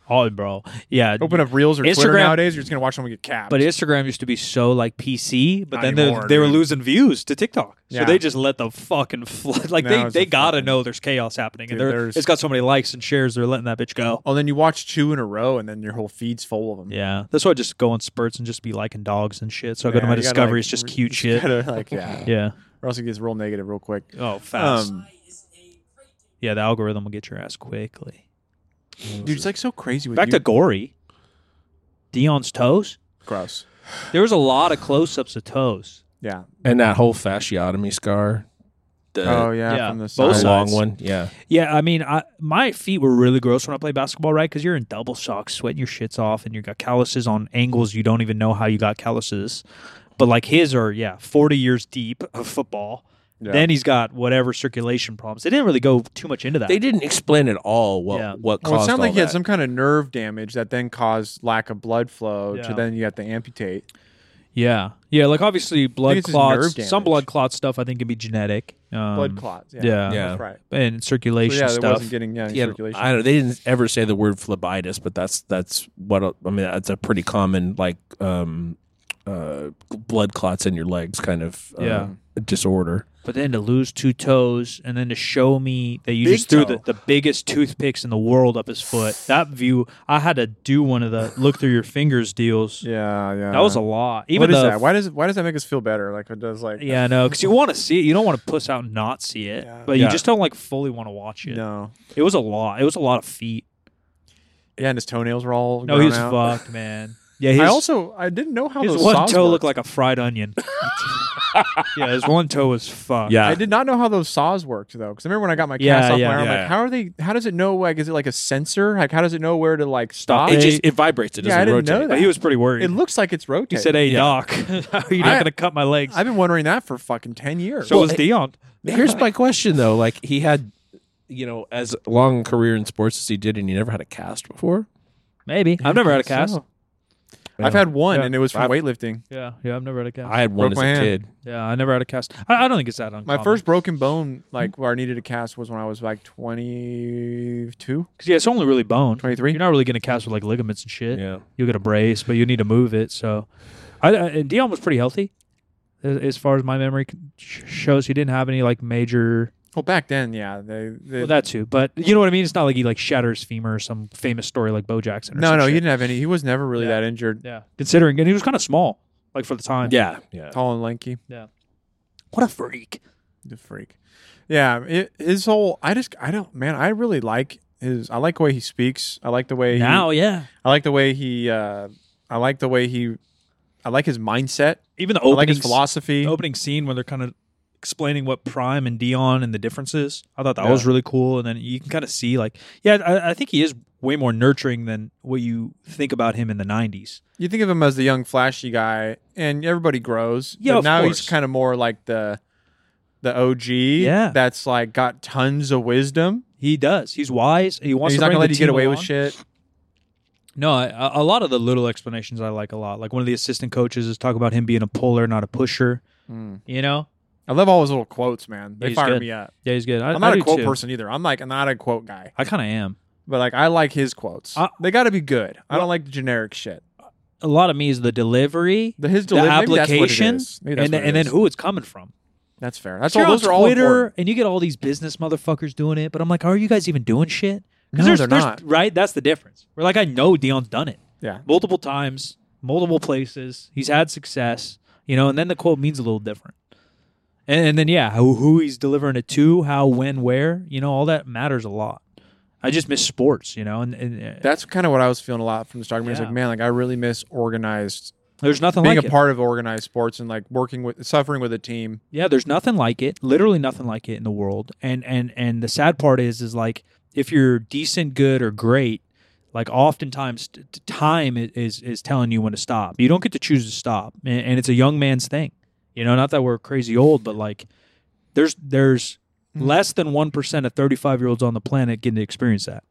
Speaker 1: Oh, bro. Yeah,
Speaker 2: Open up reels or Twitter
Speaker 1: Instagram-
Speaker 2: nowadays, you're just gonna watch someone get capped.
Speaker 1: But Instagram used to be so like PC, but
Speaker 2: Not
Speaker 1: then they-
Speaker 2: anymore,
Speaker 1: they were
Speaker 2: dude.
Speaker 1: losing views to TikTok. So
Speaker 2: Yeah.
Speaker 1: they just let the fucking flood. Like
Speaker 2: No,
Speaker 1: they,
Speaker 2: it's
Speaker 1: they
Speaker 2: a
Speaker 1: gotta
Speaker 2: fucking-
Speaker 1: know there's chaos happening, and
Speaker 2: Dude,
Speaker 1: they're,
Speaker 2: there's-
Speaker 1: it's got so many likes and shares. They're letting that bitch go.
Speaker 2: oh, then you watch two in a row, and then your whole feed's full of them.
Speaker 1: Yeah, that's why I just go on spurts and just be liking dogs and shit. So I go to
Speaker 2: Yeah,
Speaker 1: my
Speaker 2: you gotta,
Speaker 1: discovery.
Speaker 2: like,
Speaker 1: it's just
Speaker 2: re-
Speaker 1: cute
Speaker 2: you
Speaker 1: shit.
Speaker 2: gotta, like, yeah.
Speaker 1: Yeah.
Speaker 2: Or else it gets real negative real quick.
Speaker 1: Oh, fast.
Speaker 2: Um,
Speaker 1: yeah, the algorithm will get your ass quickly.
Speaker 2: dude, it's like so crazy with
Speaker 1: Back
Speaker 2: you.
Speaker 1: to gory. Dion's toes.
Speaker 2: gross.
Speaker 1: There was a lot of close-ups of toes.
Speaker 2: Yeah.
Speaker 3: and that whole fasciotomy scar. The,
Speaker 2: oh yeah.
Speaker 1: yeah,
Speaker 2: From the
Speaker 1: both
Speaker 3: the
Speaker 1: both
Speaker 2: sides.
Speaker 3: long one. Yeah.
Speaker 1: Yeah, I mean, I, my feet were really gross when I played basketball, right? Because you're in double socks, sweating your shits off, and you got calluses on angles you don't even know how you got calluses. But like his are, yeah, 40 years deep of football.
Speaker 2: Yeah.
Speaker 1: Then he's got whatever circulation problems. They didn't really go too much into that.
Speaker 3: They didn't explain at all what
Speaker 1: Yeah.
Speaker 3: what caused
Speaker 2: Well, it sounded
Speaker 3: all
Speaker 2: like he had
Speaker 3: that.
Speaker 2: some kind of nerve damage that then caused lack of blood flow
Speaker 1: Yeah.
Speaker 2: to then you have to amputate.
Speaker 1: yeah, yeah. Like obviously, blood
Speaker 2: it's just nerve
Speaker 1: clots.
Speaker 2: damage.
Speaker 1: Some blood clot stuff I think can be genetic. Um,
Speaker 2: Blood clots. Yeah.
Speaker 1: yeah.
Speaker 2: That's
Speaker 3: Yeah.
Speaker 2: right.
Speaker 1: and
Speaker 2: So,
Speaker 1: circulation
Speaker 2: yeah, it
Speaker 1: stuff.
Speaker 2: wasn't getting yeah, any
Speaker 3: He had-
Speaker 2: circulation.
Speaker 3: I don't know. They didn't ever say the word phlebitis, but that's that's what I mean. That's a pretty common like um, uh, blood clots in your legs kind of uh,
Speaker 2: um,
Speaker 1: Yeah.
Speaker 3: disorder.
Speaker 1: But then to lose two toes and then to show me that you
Speaker 2: Big
Speaker 1: just threw
Speaker 2: toe.
Speaker 1: the, the biggest toothpicks in the world up his foot. That view, I had to do one of the look through your fingers deals.
Speaker 2: yeah, yeah.
Speaker 1: That was a lot.
Speaker 2: What
Speaker 1: Even
Speaker 2: is
Speaker 1: the,
Speaker 2: that? Why does why does that make us feel better? Like it does like
Speaker 1: Yeah, no, because you want to see it. You don't want to puss out and not see it,
Speaker 2: Yeah.
Speaker 1: but you
Speaker 3: Yeah.
Speaker 1: just don't like fully want to watch it.
Speaker 2: no.
Speaker 1: It was a lot. It was a lot of feet.
Speaker 2: Yeah, and his toenails were all
Speaker 1: No,
Speaker 2: grown
Speaker 1: he was
Speaker 2: out.
Speaker 1: fucked, man. Yeah, his,
Speaker 2: I also I didn't know how
Speaker 1: his
Speaker 2: those
Speaker 1: one
Speaker 2: saws
Speaker 1: toe
Speaker 2: worked.
Speaker 1: looked like a fried onion. yeah, his one toe was fucked.
Speaker 3: Yeah,
Speaker 2: I did not know how those saws worked though, because I remember when I got my
Speaker 1: Uh, Yeah,
Speaker 2: cast off
Speaker 1: yeah,
Speaker 2: my arm,
Speaker 3: yeah.
Speaker 2: like how are they? How does it know? Like, is it like a sensor? Like, how does it know where to like stop?
Speaker 3: it
Speaker 2: It,
Speaker 3: just it vibrates. It
Speaker 2: Yeah,
Speaker 3: doesn't
Speaker 2: I didn't
Speaker 3: rotate.
Speaker 2: know
Speaker 1: But he was pretty worried.
Speaker 2: it looks like it's
Speaker 1: he
Speaker 2: rotating.
Speaker 1: said, "Hey,
Speaker 3: Yeah.
Speaker 1: doc, are you
Speaker 2: I-
Speaker 1: not going to cut my legs?"
Speaker 2: I've been wondering that for fucking ten years.
Speaker 1: So
Speaker 3: Well,
Speaker 1: was
Speaker 3: it-
Speaker 1: Dion.
Speaker 3: Here's my question though: like he had, you know, as long a career in sports as he did, and he never had a cast before.
Speaker 1: Maybe I've never had a cast.
Speaker 2: So- I've had one,
Speaker 1: Yeah.
Speaker 2: and it was from
Speaker 3: I've-
Speaker 2: weightlifting.
Speaker 1: Yeah, yeah, I've never had a cast.
Speaker 3: I had one
Speaker 2: Broke
Speaker 3: as
Speaker 2: my
Speaker 3: a
Speaker 2: hand.
Speaker 3: kid.
Speaker 1: yeah, I never had a cast. I, I don't think it's that uncommon.
Speaker 2: My first broken bone, like where I needed a cast, was when I was like 22,
Speaker 1: 'Cause, yeah, it's only really bone.
Speaker 2: 23.
Speaker 1: You're not really going to cast with like ligaments and shit.
Speaker 3: Yeah,
Speaker 1: You'll get a brace, but you need to move it. So, I, I and Dion was pretty healthy, a- as far as my memory c- sh- shows. He didn't have any like major.
Speaker 2: Well, back then, yeah, they. they
Speaker 1: Well, that too, but you know what I mean. It's not like he like shatters femur or some famous story like Bo Jackson. Or
Speaker 2: no,
Speaker 1: some
Speaker 2: no, he
Speaker 1: shit.
Speaker 2: didn't have any. He was never really
Speaker 1: Yeah.
Speaker 2: that injured.
Speaker 1: Yeah, considering, and he was kind of small, like for the time.
Speaker 3: yeah, yeah.
Speaker 2: Tall and lanky,
Speaker 1: what a freak.
Speaker 2: the freak. Yeah, it, his whole. I just, I don't, man. I really like his. I like the way he speaks. I like the way
Speaker 1: Now,
Speaker 2: He,
Speaker 1: yeah,
Speaker 2: I like the way he. uh I like the way he. I like his mindset.
Speaker 1: even the
Speaker 2: I like
Speaker 1: opening
Speaker 2: his philosophy.
Speaker 1: the opening scene where they're kind of explaining what Prime and Dion and the differences. I thought that
Speaker 2: Yeah.
Speaker 1: was really cool, and then you can kind of see like, yeah, I, I think he is way more nurturing than what you think about him in the '90s.
Speaker 2: you think of him as the young flashy guy and everybody grows
Speaker 1: Yeah,
Speaker 2: but
Speaker 1: of
Speaker 2: now he's
Speaker 1: course.
Speaker 2: kind of more like the the og
Speaker 1: Yeah.
Speaker 2: that's like got tons of wisdom
Speaker 1: He does. He's wise. He
Speaker 2: and
Speaker 1: wants.
Speaker 2: he's
Speaker 1: to
Speaker 2: not
Speaker 1: bring
Speaker 2: gonna
Speaker 1: the
Speaker 2: let you get
Speaker 1: team
Speaker 2: away with
Speaker 1: along.
Speaker 2: shit
Speaker 1: No, I- a, a lot of the little explanations I like a lot. Like one of the assistant coaches is talking about him being a puller, not a pusher.
Speaker 2: Hmm.
Speaker 1: You know?
Speaker 2: i love all his little quotes man they
Speaker 1: He's
Speaker 2: fire
Speaker 1: good.
Speaker 2: me up
Speaker 1: Yeah, he's good. I,
Speaker 2: i'm not
Speaker 1: a
Speaker 2: a quote person either i'm like i'm not a quote guy
Speaker 1: I kind of am.
Speaker 2: but like i like his quotes
Speaker 1: I-
Speaker 2: they gotta be good i
Speaker 1: Uh, Well-
Speaker 2: don't like the generic shit
Speaker 1: A lot of me is the delivery,
Speaker 2: the his
Speaker 1: the
Speaker 2: delivery maybe that's what it
Speaker 1: application,
Speaker 2: is. Maybe
Speaker 1: and
Speaker 2: that's
Speaker 1: and
Speaker 2: what it
Speaker 1: then
Speaker 2: is.
Speaker 1: who it's coming from.
Speaker 2: That's fair. That's
Speaker 1: You're
Speaker 2: all. Those
Speaker 1: on
Speaker 2: are all
Speaker 1: Twitter,
Speaker 2: important.
Speaker 1: and you get all these business motherfuckers doing it. But I'm like, are you guys even doing shit? 'Cause
Speaker 2: No,
Speaker 1: there's-
Speaker 2: they're
Speaker 1: there's-
Speaker 2: not.
Speaker 1: Right? That's the difference. We're like, I know Dion's done it
Speaker 2: Yeah.
Speaker 1: multiple times, multiple places. He's had success, you know. And then the quote means a little different. And, and then yeah, who, who he's delivering it to, how, when, where, you know, all that matters a lot. I just miss sports, you know, and, and uh,
Speaker 2: That's kind of what I was feeling a lot from this documentary. It's
Speaker 1: Yeah.
Speaker 2: like, man, like I really miss organized
Speaker 1: there's nothing
Speaker 2: being
Speaker 1: like
Speaker 2: a
Speaker 1: it.
Speaker 2: part of organized sports and like working with suffering with a team.
Speaker 1: Yeah, there's nothing like it. Literally nothing like it in the world. And and and the sad part is is like if you're decent, good, or great, like oftentimes t- t- time i- is is telling you when to stop. You don't get to choose to stop, and, and it's a young man's thing. You know, not that we're crazy old, but like there's there's
Speaker 2: Mhm.
Speaker 1: less than one percent of 35 year olds on the planet getting to experience that.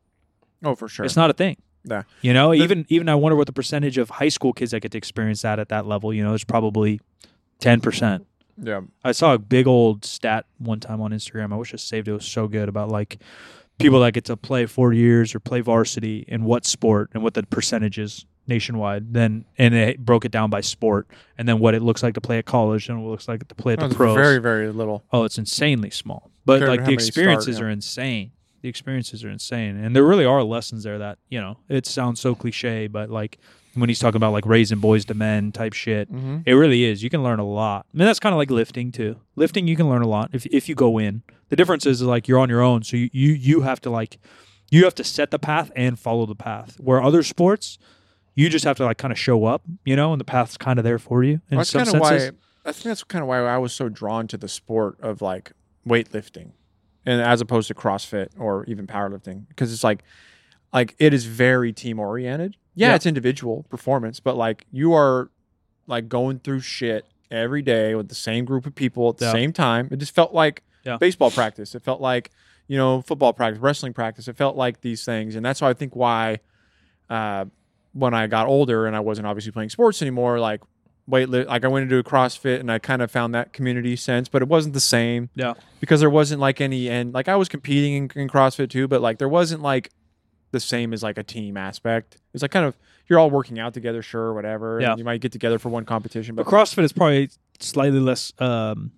Speaker 2: Oh, for sure.
Speaker 1: It's not a thing.
Speaker 2: Yeah.
Speaker 1: You know,
Speaker 2: The-
Speaker 1: even even I wonder what the percentage of high school kids that get to experience that at that level. You know, it's probably 10 percent.
Speaker 2: yeah.
Speaker 1: I saw a big old stat one time on Instagram. I wish I saved it. It was so good about like people that get to play four years or play varsity in what sport and what the percentage is nationwide. Then and it broke it down by sport and then what it looks like to play at college and what it looks like to play at the
Speaker 2: That's
Speaker 1: pros.
Speaker 2: Very, very little.
Speaker 1: oh, it's insanely small. But
Speaker 2: Compared to
Speaker 1: like
Speaker 2: how
Speaker 1: the
Speaker 2: many start,
Speaker 1: experiences
Speaker 2: yeah.
Speaker 1: are insane. The experiences are insane, and there really are lessons there that you know. It sounds so cliche, but like when he's talking about like raising boys to men type shit,
Speaker 2: Mm-hmm.
Speaker 1: it really is. You can learn a lot. I mean, that's kind of like lifting too. Lifting, you can learn a lot if if you go in. The difference is like you're on your own, so you you, you have to like you have to set the path and follow the path. Where other sports, you just have to like kind of show up, you know, and the path's kind of there for you in
Speaker 2: That's
Speaker 1: some
Speaker 2: kind of
Speaker 1: senses.
Speaker 2: why. I think that's kind of why I was so drawn to the sport of like weightlifting, and as opposed to CrossFit or even powerlifting, because it's like, like it is very team oriented. Yeah,
Speaker 1: Yeah.
Speaker 2: it's individual performance, but like you are, like going through shit every day with the same group of people at the
Speaker 1: Yeah.
Speaker 2: same time. It just felt like
Speaker 1: Yeah.
Speaker 2: baseball practice. It felt like you know football practice, wrestling practice. It felt like these things, and that's why I think why. Uh, when I got older and I wasn't obviously playing sports anymore, like weight like I went into a CrossFit and I kind of found that community sense, but it wasn't the same
Speaker 1: yeah,
Speaker 2: because there wasn't like any end. Like I was competing in, in CrossFit too, but like there wasn't like the same as like a team aspect. It's like kind of you're all working out together, sure, whatever. and
Speaker 1: Yeah.
Speaker 2: you might get together for one competition,
Speaker 1: but
Speaker 2: but
Speaker 1: CrossFit is probably slightly less um,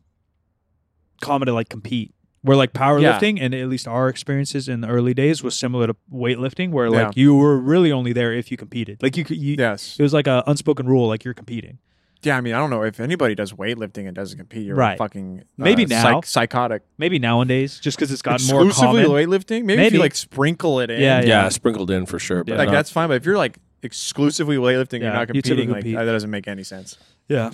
Speaker 1: common to like compete. Where like powerlifting and at least our experiences in the early days was similar to weightlifting, where
Speaker 2: Yeah.
Speaker 1: like you were really only there if you competed. Like you, could- you
Speaker 2: yes,
Speaker 1: It was like a unspoken rule, like you're competing.
Speaker 2: yeah. I mean, I don't know if anybody does weightlifting and doesn't compete. You're
Speaker 1: Right.
Speaker 2: fucking uh,
Speaker 1: Maybe now.
Speaker 2: psych- psychotic.
Speaker 1: Maybe nowadays, just because it's gotten more
Speaker 2: Exclusively
Speaker 1: common.
Speaker 2: weightlifting. Maybe, if
Speaker 1: Maybe.
Speaker 2: you like sprinkle it in.
Speaker 1: Yeah,
Speaker 3: yeah. sprinkled in for sure. But
Speaker 1: Yeah.
Speaker 2: like
Speaker 3: not-
Speaker 2: that's fine. But if you're like exclusively weightlifting,
Speaker 1: Yeah,
Speaker 2: you're not
Speaker 1: you typically
Speaker 2: competing. like
Speaker 1: compete.
Speaker 2: that doesn't make any sense
Speaker 1: Yeah,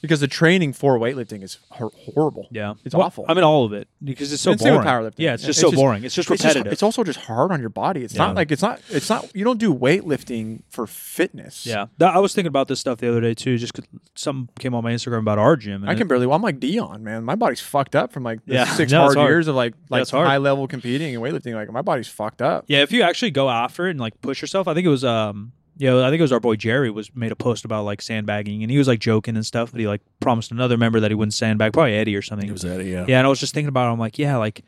Speaker 2: because the training for weightlifting is hor- horrible.
Speaker 1: yeah,
Speaker 2: It's awful.
Speaker 1: I mean, all of it because it's so
Speaker 2: And same
Speaker 1: boring.
Speaker 2: with powerlifting.
Speaker 1: Yeah, it's just
Speaker 2: It's
Speaker 1: so
Speaker 2: just-
Speaker 1: boring. It's just
Speaker 2: It's, just-
Speaker 1: repetitive.
Speaker 2: it's also just hard on your body. It's
Speaker 3: Yeah.
Speaker 2: not like it's not. It's not. You don't do weightlifting for fitness.
Speaker 1: yeah, That- I was thinking about this stuff the other day too. Just 'cause some came on my Instagram about our gym. And
Speaker 2: I can barely. Well, I'm like Dion, man. My body's fucked up from like the
Speaker 1: Yeah.
Speaker 2: six
Speaker 1: No, it's
Speaker 2: hard,
Speaker 1: hard.
Speaker 2: years of like like
Speaker 1: it's hard.
Speaker 2: high level competing and weightlifting. Like my body's fucked up.
Speaker 1: Yeah, if you actually go after it and like push yourself, I think it was um you know, I think it was our boy Jerry was made a post about like sandbagging and he was like joking and stuff, but he like promised another member that he wouldn't sandbag, probably Eddie or something.
Speaker 3: it was that. Yeah.
Speaker 1: Yeah, and I was just thinking about it. I'm like, yeah, like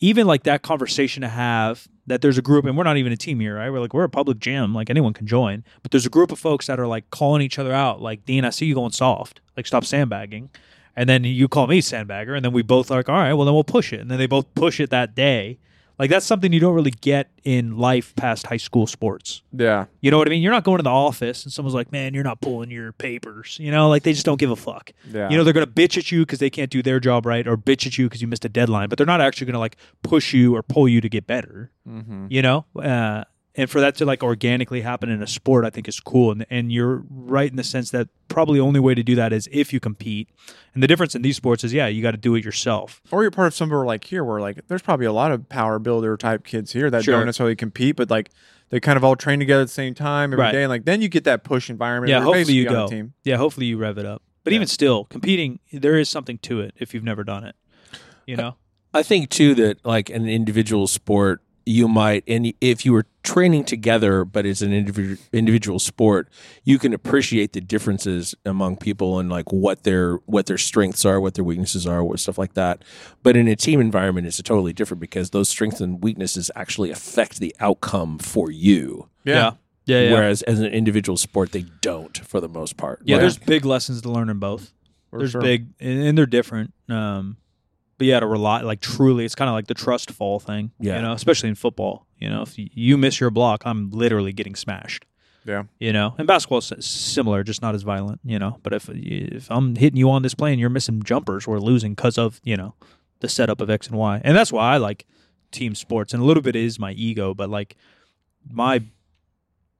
Speaker 1: even like that conversation to have that there's a group, and we're not even a team here, right? We're like, we're a public gym, like anyone can join, but there's a group of folks that are like calling each other out, like, Dean, I see you going soft, like, stop sandbagging. And then you call me sandbagger, and then we both are like, all right, well, then we'll push it. And then they both push it that day. Like, that's something you don't really get in life past high school sports.
Speaker 2: Yeah.
Speaker 1: You know what I mean? You're not going to the office and someone's like, man, you're not pulling your papers. You know, like they just don't give a fuck.
Speaker 2: Yeah.
Speaker 1: You know, they're going to bitch at you because they can't do their job right or bitch at you because you missed a deadline, but they're not actually going to like push you or pull you to get better,
Speaker 2: Mm-hmm.
Speaker 1: you know? Uh, and for that to like organically happen in a sport, I think is cool. And, and you're right in the sense that probably the only way to do that is if you compete. And the difference in these sports is, yeah, you got to do it yourself.
Speaker 2: or you're part of somewhere like here where like there's probably a lot of power builder type kids here that
Speaker 1: Sure.
Speaker 2: don't necessarily compete but like they kind of all train together at the same time every day,
Speaker 1: Right.
Speaker 2: and like then you get that push environment
Speaker 1: Yeah,
Speaker 2: where you're
Speaker 1: hopefully you
Speaker 2: basically
Speaker 1: go.
Speaker 2: on a team
Speaker 1: Yeah, hopefully you rev it up. But
Speaker 2: Yeah.
Speaker 1: even still, competing, there is something to it if you've never done it, you know?
Speaker 3: I think too that like an individual sport, you might and if you were training together, but it's an individual individual sport, you can appreciate the differences among people and like what their what their strengths are, what their weaknesses are, what stuff like that. But in a team environment, it's totally different because those strengths and weaknesses actually affect the outcome for you.
Speaker 1: Yeah. Yeah, yeah.
Speaker 3: Whereas as an individual sport, they don't for the most part.
Speaker 1: Yeah,
Speaker 3: Like,
Speaker 1: there's big lessons to learn in both.
Speaker 2: For
Speaker 1: There's
Speaker 2: sure.
Speaker 1: big, and, and they're different. Um, but yeah, to rely like truly, it's kind of like the trust fall thing.
Speaker 3: Yeah.
Speaker 1: you know, especially in football. You know, if y- you miss your block, I'm literally getting smashed.
Speaker 2: Yeah.
Speaker 1: You know, and basketball's s- similar, just not as violent. You know, but if if I'm hitting you on this play and you're missing jumpers, we're losing because of you know the setup of X and Y, and that's why I like team sports. And a little bit is my ego, but like my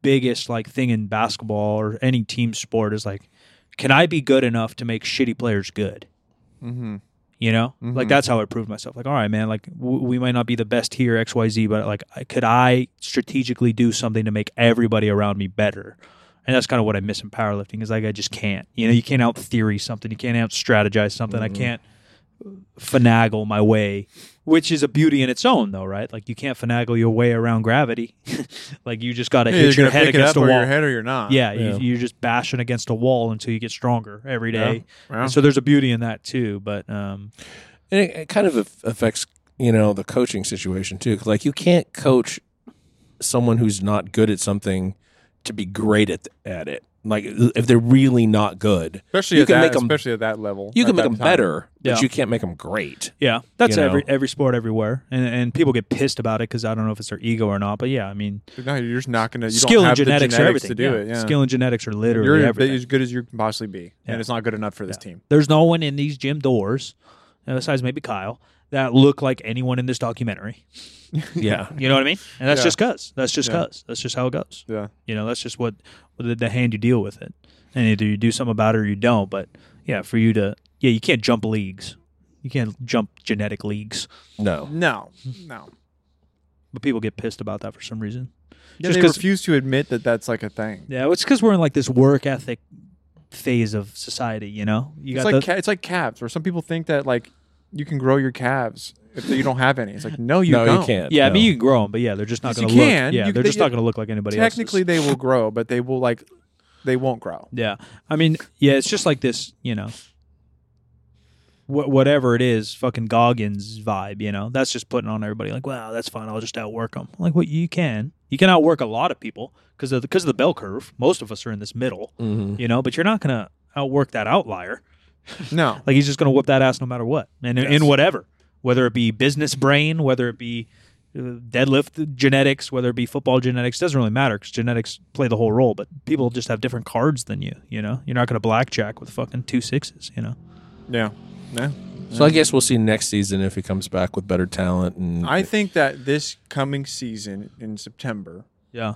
Speaker 1: biggest like thing in basketball or any team sport is like, can I be good enough to make shitty players good?
Speaker 2: Mm-hmm.
Speaker 1: You know, like
Speaker 2: Mhm.
Speaker 1: that's how I proved myself. Like, all right, man, like w- we might not be the best here, X, Y, Z, but like, I, could I strategically do something to make everybody around me better? And that's kind of what I miss in powerlifting is like I just can't. You know, you can't out theory something, you can't out strategize something.
Speaker 2: Mm-hmm.
Speaker 1: I can't uh, finagle my way, which is a beauty in its own, though, right? Like you can't finagle your way around gravity. like you just got to hit
Speaker 2: you're
Speaker 1: your
Speaker 2: gonna
Speaker 1: head
Speaker 2: pick it
Speaker 1: against
Speaker 2: up
Speaker 1: a
Speaker 2: or your
Speaker 1: wall.
Speaker 2: head or you're not.
Speaker 1: Yeah,
Speaker 3: Yeah.
Speaker 1: You, you're just bashing against a wall until you get stronger every
Speaker 2: Yeah.
Speaker 1: day.
Speaker 2: Wow.
Speaker 1: And so there's a beauty in that too, but um,
Speaker 3: And it, it kind of aff- affects, you know, the coaching situation too. 'Cause, Like you can't coach someone who's not good at something to be great at, at it. Like if they're really not good,
Speaker 2: especially
Speaker 3: you
Speaker 2: at
Speaker 3: can
Speaker 2: that,
Speaker 3: make 'em-
Speaker 2: especially at that level.
Speaker 3: you
Speaker 2: at
Speaker 3: can make
Speaker 2: that
Speaker 3: them
Speaker 2: time.
Speaker 3: better,
Speaker 1: Yeah.
Speaker 3: but you can't make them great.
Speaker 1: yeah, that's
Speaker 3: You know?
Speaker 1: every every sport everywhere, and and people get pissed about it because I don't know if it's their ego or not, but yeah, I mean,
Speaker 2: No, you're just not gonna. You
Speaker 1: skill and
Speaker 2: don't have
Speaker 1: genetics,
Speaker 2: the
Speaker 1: are
Speaker 2: genetics
Speaker 1: everything.
Speaker 2: to do
Speaker 1: yeah.
Speaker 2: it. Yeah.
Speaker 1: Skill and genetics are literally
Speaker 2: you're a bit
Speaker 1: everything.
Speaker 2: as good as you can possibly be,
Speaker 1: Yeah.
Speaker 2: and it's not good enough for this team.
Speaker 1: There's no one in these gym doors, uh, besides maybe Kyle, that look like anyone in this documentary.
Speaker 3: Yeah.
Speaker 1: You know what I mean? And that's
Speaker 2: Yeah.
Speaker 1: just cause. That's just
Speaker 2: Yeah.
Speaker 1: cause. That's just how it goes.
Speaker 2: Yeah.
Speaker 1: You know, that's just what the, the hand you deal with it, and either you do something about it or you don't. But yeah, for you to yeah, you can't jump leagues. You can't jump genetic leagues.
Speaker 3: No.
Speaker 2: No. No.
Speaker 1: but people get pissed about that for some reason.
Speaker 2: Yeah,
Speaker 1: Just
Speaker 2: they
Speaker 1: 'cause-
Speaker 2: refuse to admit that that's like a thing.
Speaker 1: Yeah, it's because we're in like this work ethic phase of society. You know, you
Speaker 2: it's
Speaker 1: got
Speaker 2: like
Speaker 1: the-
Speaker 2: ca- it's like calves, where some people think that like you can grow your calves if you don't have any. It's like no, you
Speaker 3: no,
Speaker 2: don't.
Speaker 3: you can't.
Speaker 1: yeah. I
Speaker 3: no.
Speaker 1: mean, you can grow them, but yeah, they're just not
Speaker 2: Yes,
Speaker 1: going to
Speaker 2: you
Speaker 1: look.
Speaker 2: can.
Speaker 1: Yeah,
Speaker 2: You-
Speaker 1: they're
Speaker 2: they-
Speaker 1: just not going to look like anybody else.
Speaker 2: Technically, they will grow, but they will like they won't grow.
Speaker 1: Yeah. I mean, yeah, it's just like this, you know, wh- whatever it is, fucking Goggins vibe, you know, that's just putting on everybody like, wow, that's fine. I'll just outwork them. Like, what you can. You can outwork a lot of people because of, the- 'cause of the bell curve. Most of us are in this middle,
Speaker 3: Mhm.
Speaker 1: you know, but you're not going to outwork that outlier.
Speaker 2: No,
Speaker 1: Like he's just going to whip that ass no matter what, and in whatever, whether it be business brain, whether it be uh, deadlift genetics, whether it be football genetics, doesn't really matter because genetics play the whole role. But people just have different cards than you. You know, you're not going to blackjack with fucking two sixes. You know,
Speaker 2: yeah, no.
Speaker 3: So I guess we'll see next season if he comes back with better talent and
Speaker 2: I think that this coming season in September
Speaker 1: yeah.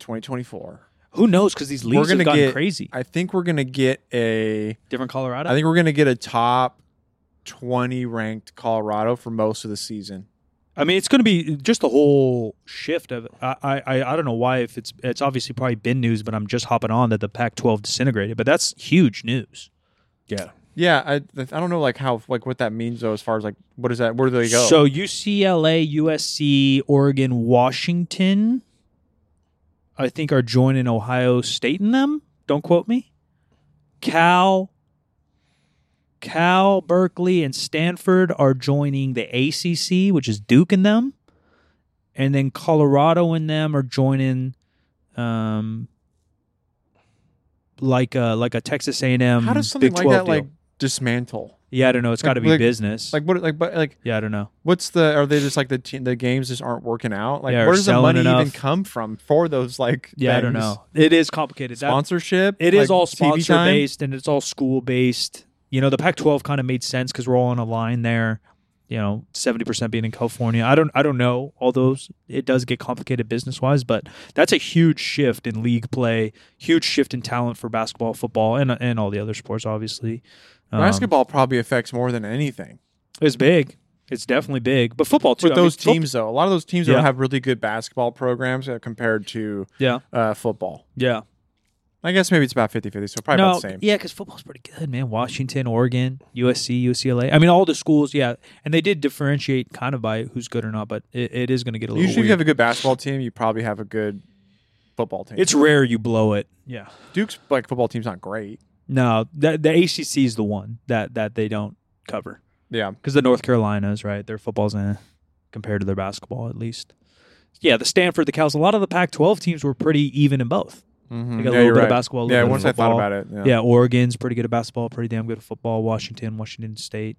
Speaker 2: 2024,
Speaker 1: Who knows? Because these
Speaker 2: we're
Speaker 1: leagues
Speaker 2: gonna
Speaker 1: have gotten
Speaker 2: get
Speaker 1: crazy.
Speaker 2: I think we're gonna get a.
Speaker 1: different
Speaker 2: I
Speaker 1: Colorado.
Speaker 2: think we're gonna get a top 20 ranked Colorado for most of the season.
Speaker 1: I mean, it's going to be just the whole shift of. I, I I- I don't know why if it's it's obviously probably been news, but I'm just hopping on that the Pac-12 disintegrated. But that's huge news.
Speaker 3: yeah.
Speaker 2: Yeah, I I don't know like how like what that means though as far as like what is that where do they go?
Speaker 1: So UCLA, USC, Oregon, Washington, I think are joining Ohio State in them. Don't quote me. Cal, Cal, Berkeley, and Stanford are joining the ACC, which is Duke in them, and then Colorado and them are joining, um, like a like a Texas A and M.
Speaker 2: how does something
Speaker 1: Mm, Big
Speaker 2: like
Speaker 1: 12
Speaker 2: that
Speaker 1: deal.
Speaker 2: like dismantle?
Speaker 1: Yeah, I don't know. It's
Speaker 2: like-
Speaker 1: got to be
Speaker 2: like-
Speaker 1: business.
Speaker 2: Like what like but like
Speaker 1: yeah, I don't know.
Speaker 2: what's the are they just like the te- the games just aren't working out? Like
Speaker 1: Yeah, or
Speaker 2: where does the
Speaker 1: selling
Speaker 2: money even
Speaker 1: enough.
Speaker 2: come from for those like
Speaker 1: Yeah, I don't
Speaker 2: things?
Speaker 1: know. It is complicated. That,
Speaker 2: Sponsorship?
Speaker 1: It is
Speaker 2: Like,
Speaker 1: all
Speaker 2: TV
Speaker 1: sponsor
Speaker 2: time?
Speaker 1: based and it's all school based. You know, the Pac-12 kind of made sense because we're all on a line there. You know, seventy percent being in California. I don't, I don't know all those. It does get complicated business wise, but that's a huge shift in league play, huge shift in talent for basketball, football, and and all the other sports. Obviously, Um,
Speaker 2: Basketball probably affects more than anything.
Speaker 1: is big. It's definitely big, but football too.
Speaker 2: With
Speaker 1: I mean,
Speaker 2: those
Speaker 1: fo-
Speaker 2: teams though, a lot of those teams
Speaker 1: Yeah.
Speaker 2: don't have really good basketball programs uh, compared to
Speaker 1: yeah,
Speaker 2: uh, football.
Speaker 1: yeah.
Speaker 2: I guess maybe it's about 50-50, so probably about the same.
Speaker 1: Yeah, because football's pretty good, man. Washington, Oregon, USC, UCLA. I mean, all the schools, yeah. And they did differentiate kind of by who's good or not, but it, it is going to get a little
Speaker 2: Usually if you
Speaker 1: weird.
Speaker 2: have a good basketball team, you probably have a good football team.
Speaker 1: it's rare you blow it. Yeah.
Speaker 2: Duke's like football team's not great.
Speaker 1: No, the, the ACC is the one that, that they don't cover.
Speaker 2: Yeah.
Speaker 1: Because the North Carolinas, right? Their football's eh, compared to their basketball, at least. Yeah, the Stanford, the Cows, a lot of the Pac 12 teams were pretty even in both.
Speaker 2: Mhm.
Speaker 1: They got a
Speaker 2: Yeah,
Speaker 1: little
Speaker 2: you're
Speaker 1: bit
Speaker 2: right.
Speaker 1: of basketball. a little
Speaker 2: Yeah,
Speaker 1: bit of
Speaker 2: once I thought
Speaker 1: football.
Speaker 2: about it. Yeah,
Speaker 1: Yeah. Oregon's pretty good at basketball, pretty damn good at football. Washington, Washington State.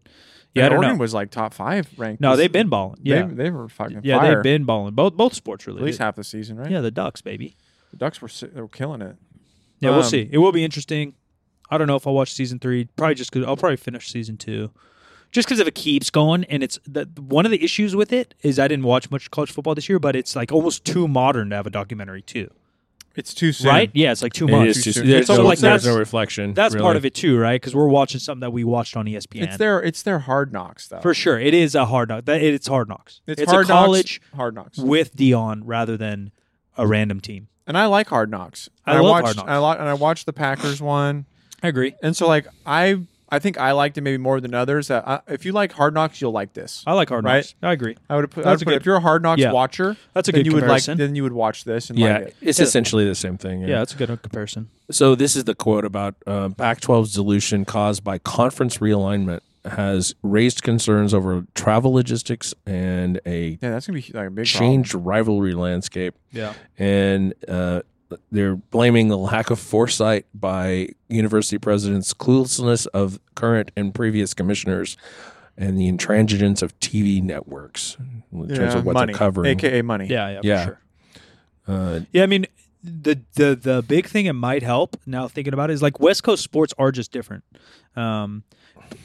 Speaker 1: Yeah,
Speaker 2: And
Speaker 1: I don't
Speaker 2: Oregon
Speaker 1: know.
Speaker 2: was like top five ranked.
Speaker 1: No,
Speaker 2: this-
Speaker 1: they've been balling. Yeah,
Speaker 2: they, they were fucking
Speaker 1: yeah,
Speaker 2: fire.
Speaker 1: they've been balling. Both both sports really.
Speaker 2: at least
Speaker 1: did.
Speaker 2: half the season, right?
Speaker 1: Yeah, the Ducks, baby.
Speaker 2: the Ducks were si- they were killing it.
Speaker 1: Yeah, we'll
Speaker 2: Um,
Speaker 1: see. It will be interesting. I don't know if I'll watch season three. Probably just because I'll probably finish season two, just because if it keeps going and it's the, one of the issues with it is I didn't watch much college football this year, but it's like almost too modern to have a documentary too,
Speaker 2: It's too soon,
Speaker 1: right? Yeah, it's like too
Speaker 3: It
Speaker 1: much.
Speaker 3: is too
Speaker 2: soon.
Speaker 3: soon. There's,
Speaker 1: It's almost
Speaker 3: no,
Speaker 1: like
Speaker 3: there's
Speaker 1: that's-
Speaker 3: no reflection.
Speaker 1: That's
Speaker 3: really.
Speaker 1: part of it too, right? Because we're watching something that we watched on E ESPN.
Speaker 2: It's their it's their hard knocks though.
Speaker 1: For sure, it is a hard knock. That it- it's hard knocks.
Speaker 2: It's,
Speaker 1: a
Speaker 2: hard
Speaker 1: college
Speaker 2: knocks, hard knocks,
Speaker 1: with Dion rather than a random team.
Speaker 2: and I like hard knocks.
Speaker 1: I
Speaker 2: And
Speaker 1: love Hard
Speaker 2: watched,
Speaker 1: Knocks.
Speaker 2: and I, lo- and I watched the Packers one,
Speaker 1: I agree.
Speaker 2: and so like I I think I liked it maybe more than others. Uh, I, if you like hard knocks, you'll like this.
Speaker 1: I like hard
Speaker 2: Right?
Speaker 1: knocks. I agree.
Speaker 2: I would put, I would
Speaker 1: Oh, That's a
Speaker 2: put
Speaker 1: good-
Speaker 2: if you're a hard knocks
Speaker 1: yeah.
Speaker 2: watcher,
Speaker 1: That's a
Speaker 2: then
Speaker 1: good
Speaker 2: you would like
Speaker 1: comparison.
Speaker 2: then you would watch this and
Speaker 3: Yeah,
Speaker 2: like it.
Speaker 3: it's essentially the same thing.
Speaker 1: Yeah, that's a good comparison.
Speaker 3: So this is the quote about uh, Pac-12's dilution caused by conference realignment has raised concerns over travel logistics and a
Speaker 2: Yeah, that's gonna be like a big problem.
Speaker 3: changed rivalry landscape.
Speaker 1: Yeah.
Speaker 3: and uh, they're blaming the lack of foresight by university presidents, cluelessness of current and previous commissioners, and the intransigence of TV networks in terms
Speaker 2: Yeah,
Speaker 3: of what
Speaker 2: money,
Speaker 3: they're covering.
Speaker 2: aka money.
Speaker 1: Yeah, yeah, for
Speaker 3: Yeah.
Speaker 1: sure.
Speaker 3: Uh,
Speaker 1: Yeah, I mean, the the the big thing it might help now thinking about it is like West Coast sports are just different. Um,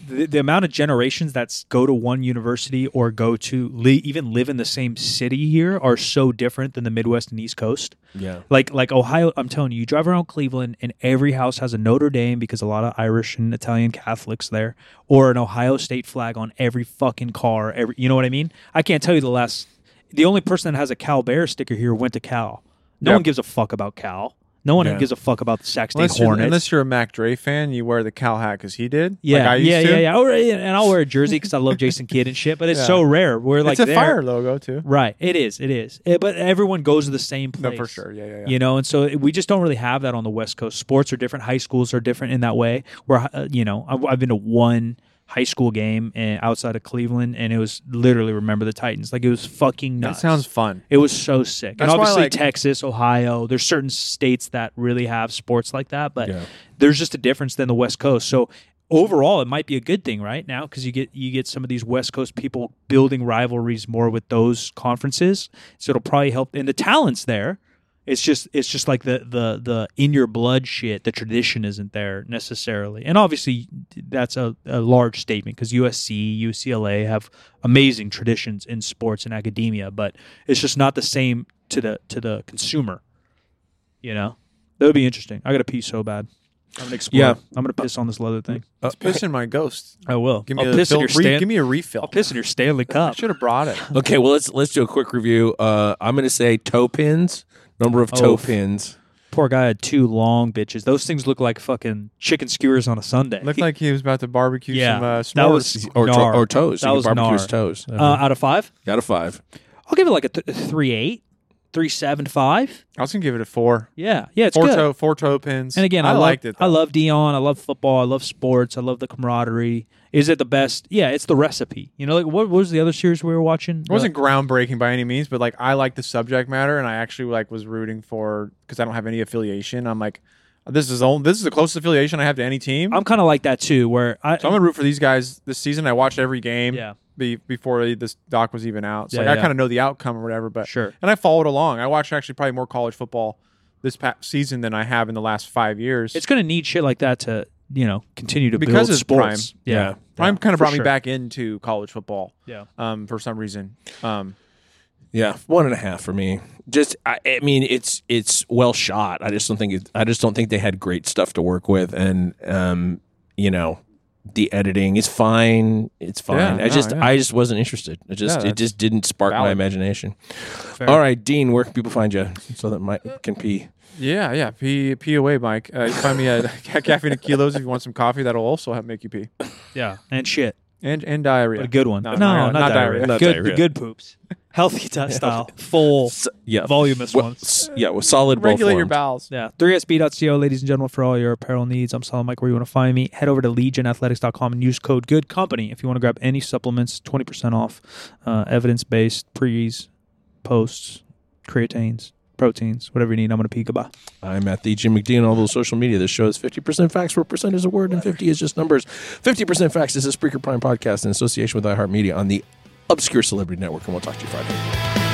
Speaker 1: the, the amount of generations that go to one university or go to li- even live in the same city here are so different than the Midwest and East Coast.
Speaker 3: yeah,
Speaker 1: Like like Ohio, I'm telling you, you drive around Cleveland and every house has a Notre Dame because a lot of Irish and Italian Catholics there, or an Ohio State flag on every fucking car. Every you know what I mean? I can't tell you the last. The only person that has a Cal Bear sticker here went to Cal. No
Speaker 2: Yeah.
Speaker 1: one gives a fuck about Cal. No one
Speaker 3: Yeah.
Speaker 1: gives a fuck about the Sac State
Speaker 2: Unless you're,
Speaker 1: Hornets.
Speaker 2: unless you're a Mac Dre fan, you wear the cow hat because he did. like
Speaker 1: yeah,
Speaker 2: I used
Speaker 1: yeah,
Speaker 2: to.
Speaker 1: yeah, yeah, Oh, right, yeah. And I'll wear a jersey because I love Jason Kidd and shit. But it's
Speaker 2: Yeah.
Speaker 1: so rare. We're like
Speaker 2: it's a
Speaker 1: there-
Speaker 2: fire logo too.
Speaker 1: Right. It is. It is. Eh, but everyone goes to the same place.
Speaker 2: No, for sure. Yeah, yeah, yeah.
Speaker 1: you know and so we just don't really have that on the west coast sports are different high schools are different in that way where uh, you know I've, I've been to one high school game eh, outside of cleveland and it was literally remember the titans like it was fucking
Speaker 2: that
Speaker 1: nuts
Speaker 2: sounds fun.
Speaker 1: it was so sick and
Speaker 2: That's why,
Speaker 1: obviously
Speaker 2: like-
Speaker 1: texas ohio there's certain states that really have sports like that but
Speaker 3: Yeah.
Speaker 1: there's just a difference than the west coast so overall it might be a good thing right now because you get you get some of these west coast people building rivalries more with those conferences so it'll probably help and the talent's there it's just it's just like the the the in your blood shit the tradition isn't there necessarily and obviously that's a, a large statement because usc ucla have amazing traditions in sports and academia but it's just not the same to the to the consumer you know that would be interesting i gotta pee so bad i'm gonna explore
Speaker 3: Yeah.
Speaker 1: i'm gonna piss on this leather thing
Speaker 2: It's pissing my ghost.
Speaker 1: I will.
Speaker 2: Give me
Speaker 1: Uh, I'll
Speaker 2: a
Speaker 1: piss in
Speaker 2: fill,
Speaker 1: your
Speaker 2: re-
Speaker 1: Stan-
Speaker 2: Give me a refill.
Speaker 1: I'll piss in your Stanley
Speaker 2: I
Speaker 1: Cup.
Speaker 2: should have brought it.
Speaker 3: Okay, well let's let's do a quick review. Uh, I'm going to say toe pins, number of toe
Speaker 1: Oh.
Speaker 3: pins.
Speaker 1: Poor guy had two long bitches. Those things look like fucking chicken skewers on a Sunday.
Speaker 2: Looked like he was about to barbecue
Speaker 1: Yeah,
Speaker 2: some uh, s'mores.
Speaker 1: that was
Speaker 3: Or, to-
Speaker 1: Gnar.
Speaker 3: or toes.
Speaker 1: That
Speaker 3: You
Speaker 1: was
Speaker 3: can barbecue
Speaker 1: gnar.
Speaker 3: his toes.
Speaker 1: uh, out of five.
Speaker 3: Out of five.
Speaker 1: I'll give it like a th- three eight, three seven five.
Speaker 2: I was gonna give it a four.
Speaker 1: Yeah, yeah, it's
Speaker 2: Four
Speaker 1: good.
Speaker 2: toe, four toe pins.
Speaker 1: And again, I, love-
Speaker 2: liked it.
Speaker 1: I
Speaker 2: though.
Speaker 1: love Dion. I love football. I love sports. I love the camaraderie. Is it the best? Yeah, it's the recipe. You know, like what, what was the other series we were watching?
Speaker 2: It wasn't groundbreaking by any means, but like I like the subject matter, and I actually like was rooting for because I don't have any affiliation. I'm like, this is the only, this is the closest affiliation I have to any team.
Speaker 1: Uh, I'm kind of like that too, where I
Speaker 2: so I'm gonna root for these guys this season. I watched every game
Speaker 1: Yeah.
Speaker 2: be, before this doc was even out. So
Speaker 1: Yeah,
Speaker 2: like, I
Speaker 1: yeah.
Speaker 2: kind of know the outcome or whatever. But
Speaker 1: sure.
Speaker 2: and I followed along. I watched actually probably more college football this past season than I have in the last five years.
Speaker 1: It's going to need shit like that to you know continue to
Speaker 2: Because
Speaker 1: build
Speaker 2: it's
Speaker 1: sports.
Speaker 2: Prime.
Speaker 1: Yeah,
Speaker 2: Prime kind
Speaker 1: for
Speaker 2: of brought me
Speaker 1: sure.
Speaker 2: back into college football
Speaker 1: Yeah.
Speaker 2: um, for some reason. Um,
Speaker 3: Yeah, one and a half for me. Just, I, I mean, it's it's well shot. I just don't think it, I just don't think they had great stuff to work with, and um, you know, the editing is fine. It's fine.
Speaker 2: Yeah,
Speaker 3: I just
Speaker 2: no, yeah.
Speaker 3: I just wasn't interested. It just
Speaker 2: Yeah,
Speaker 3: it just didn't spark my
Speaker 2: valid.
Speaker 3: imagination. All right, Dean, where can people find you so that Mike can pee?
Speaker 2: yeah, yeah. P pee away, Mike. Uh, you can find me at Caffeine and Kilos if you want some coffee. That'll also help make you pee
Speaker 1: Yeah, and shit.
Speaker 2: and and diarrhea.
Speaker 1: But a good one.
Speaker 2: No,
Speaker 1: No, not,
Speaker 2: not- not
Speaker 1: diarrhea.
Speaker 2: diarrhea.
Speaker 3: Not
Speaker 1: good,
Speaker 3: diarrhea.
Speaker 1: The good poops. Healthy t- style. Full,
Speaker 3: Yeah,
Speaker 1: voluminous
Speaker 3: Well,
Speaker 1: ones.
Speaker 3: s- yeah, with solid
Speaker 2: Regulate your
Speaker 3: well-formed.
Speaker 2: bowels.
Speaker 1: Yeah. 3sb.co, ladies and gentlemen, for all your apparel needs. I'm Solid Mike, where you want to find me. Head over to legionathletics.com and use code Good Company if you want to grab any supplements, 20% off, uh, evidence based, pre's, posts, creatines, proteins, whatever you need. I'm gonna peek about.
Speaker 3: I'm at the Jim McDean on all those social media. This show is 50% facts, where percent is a word and 50 is just numbers. 50% facts is a Spreaker Prime podcast in association with iHeartMedia on the Obscure Celebrity Network, and we'll talk to you Friday.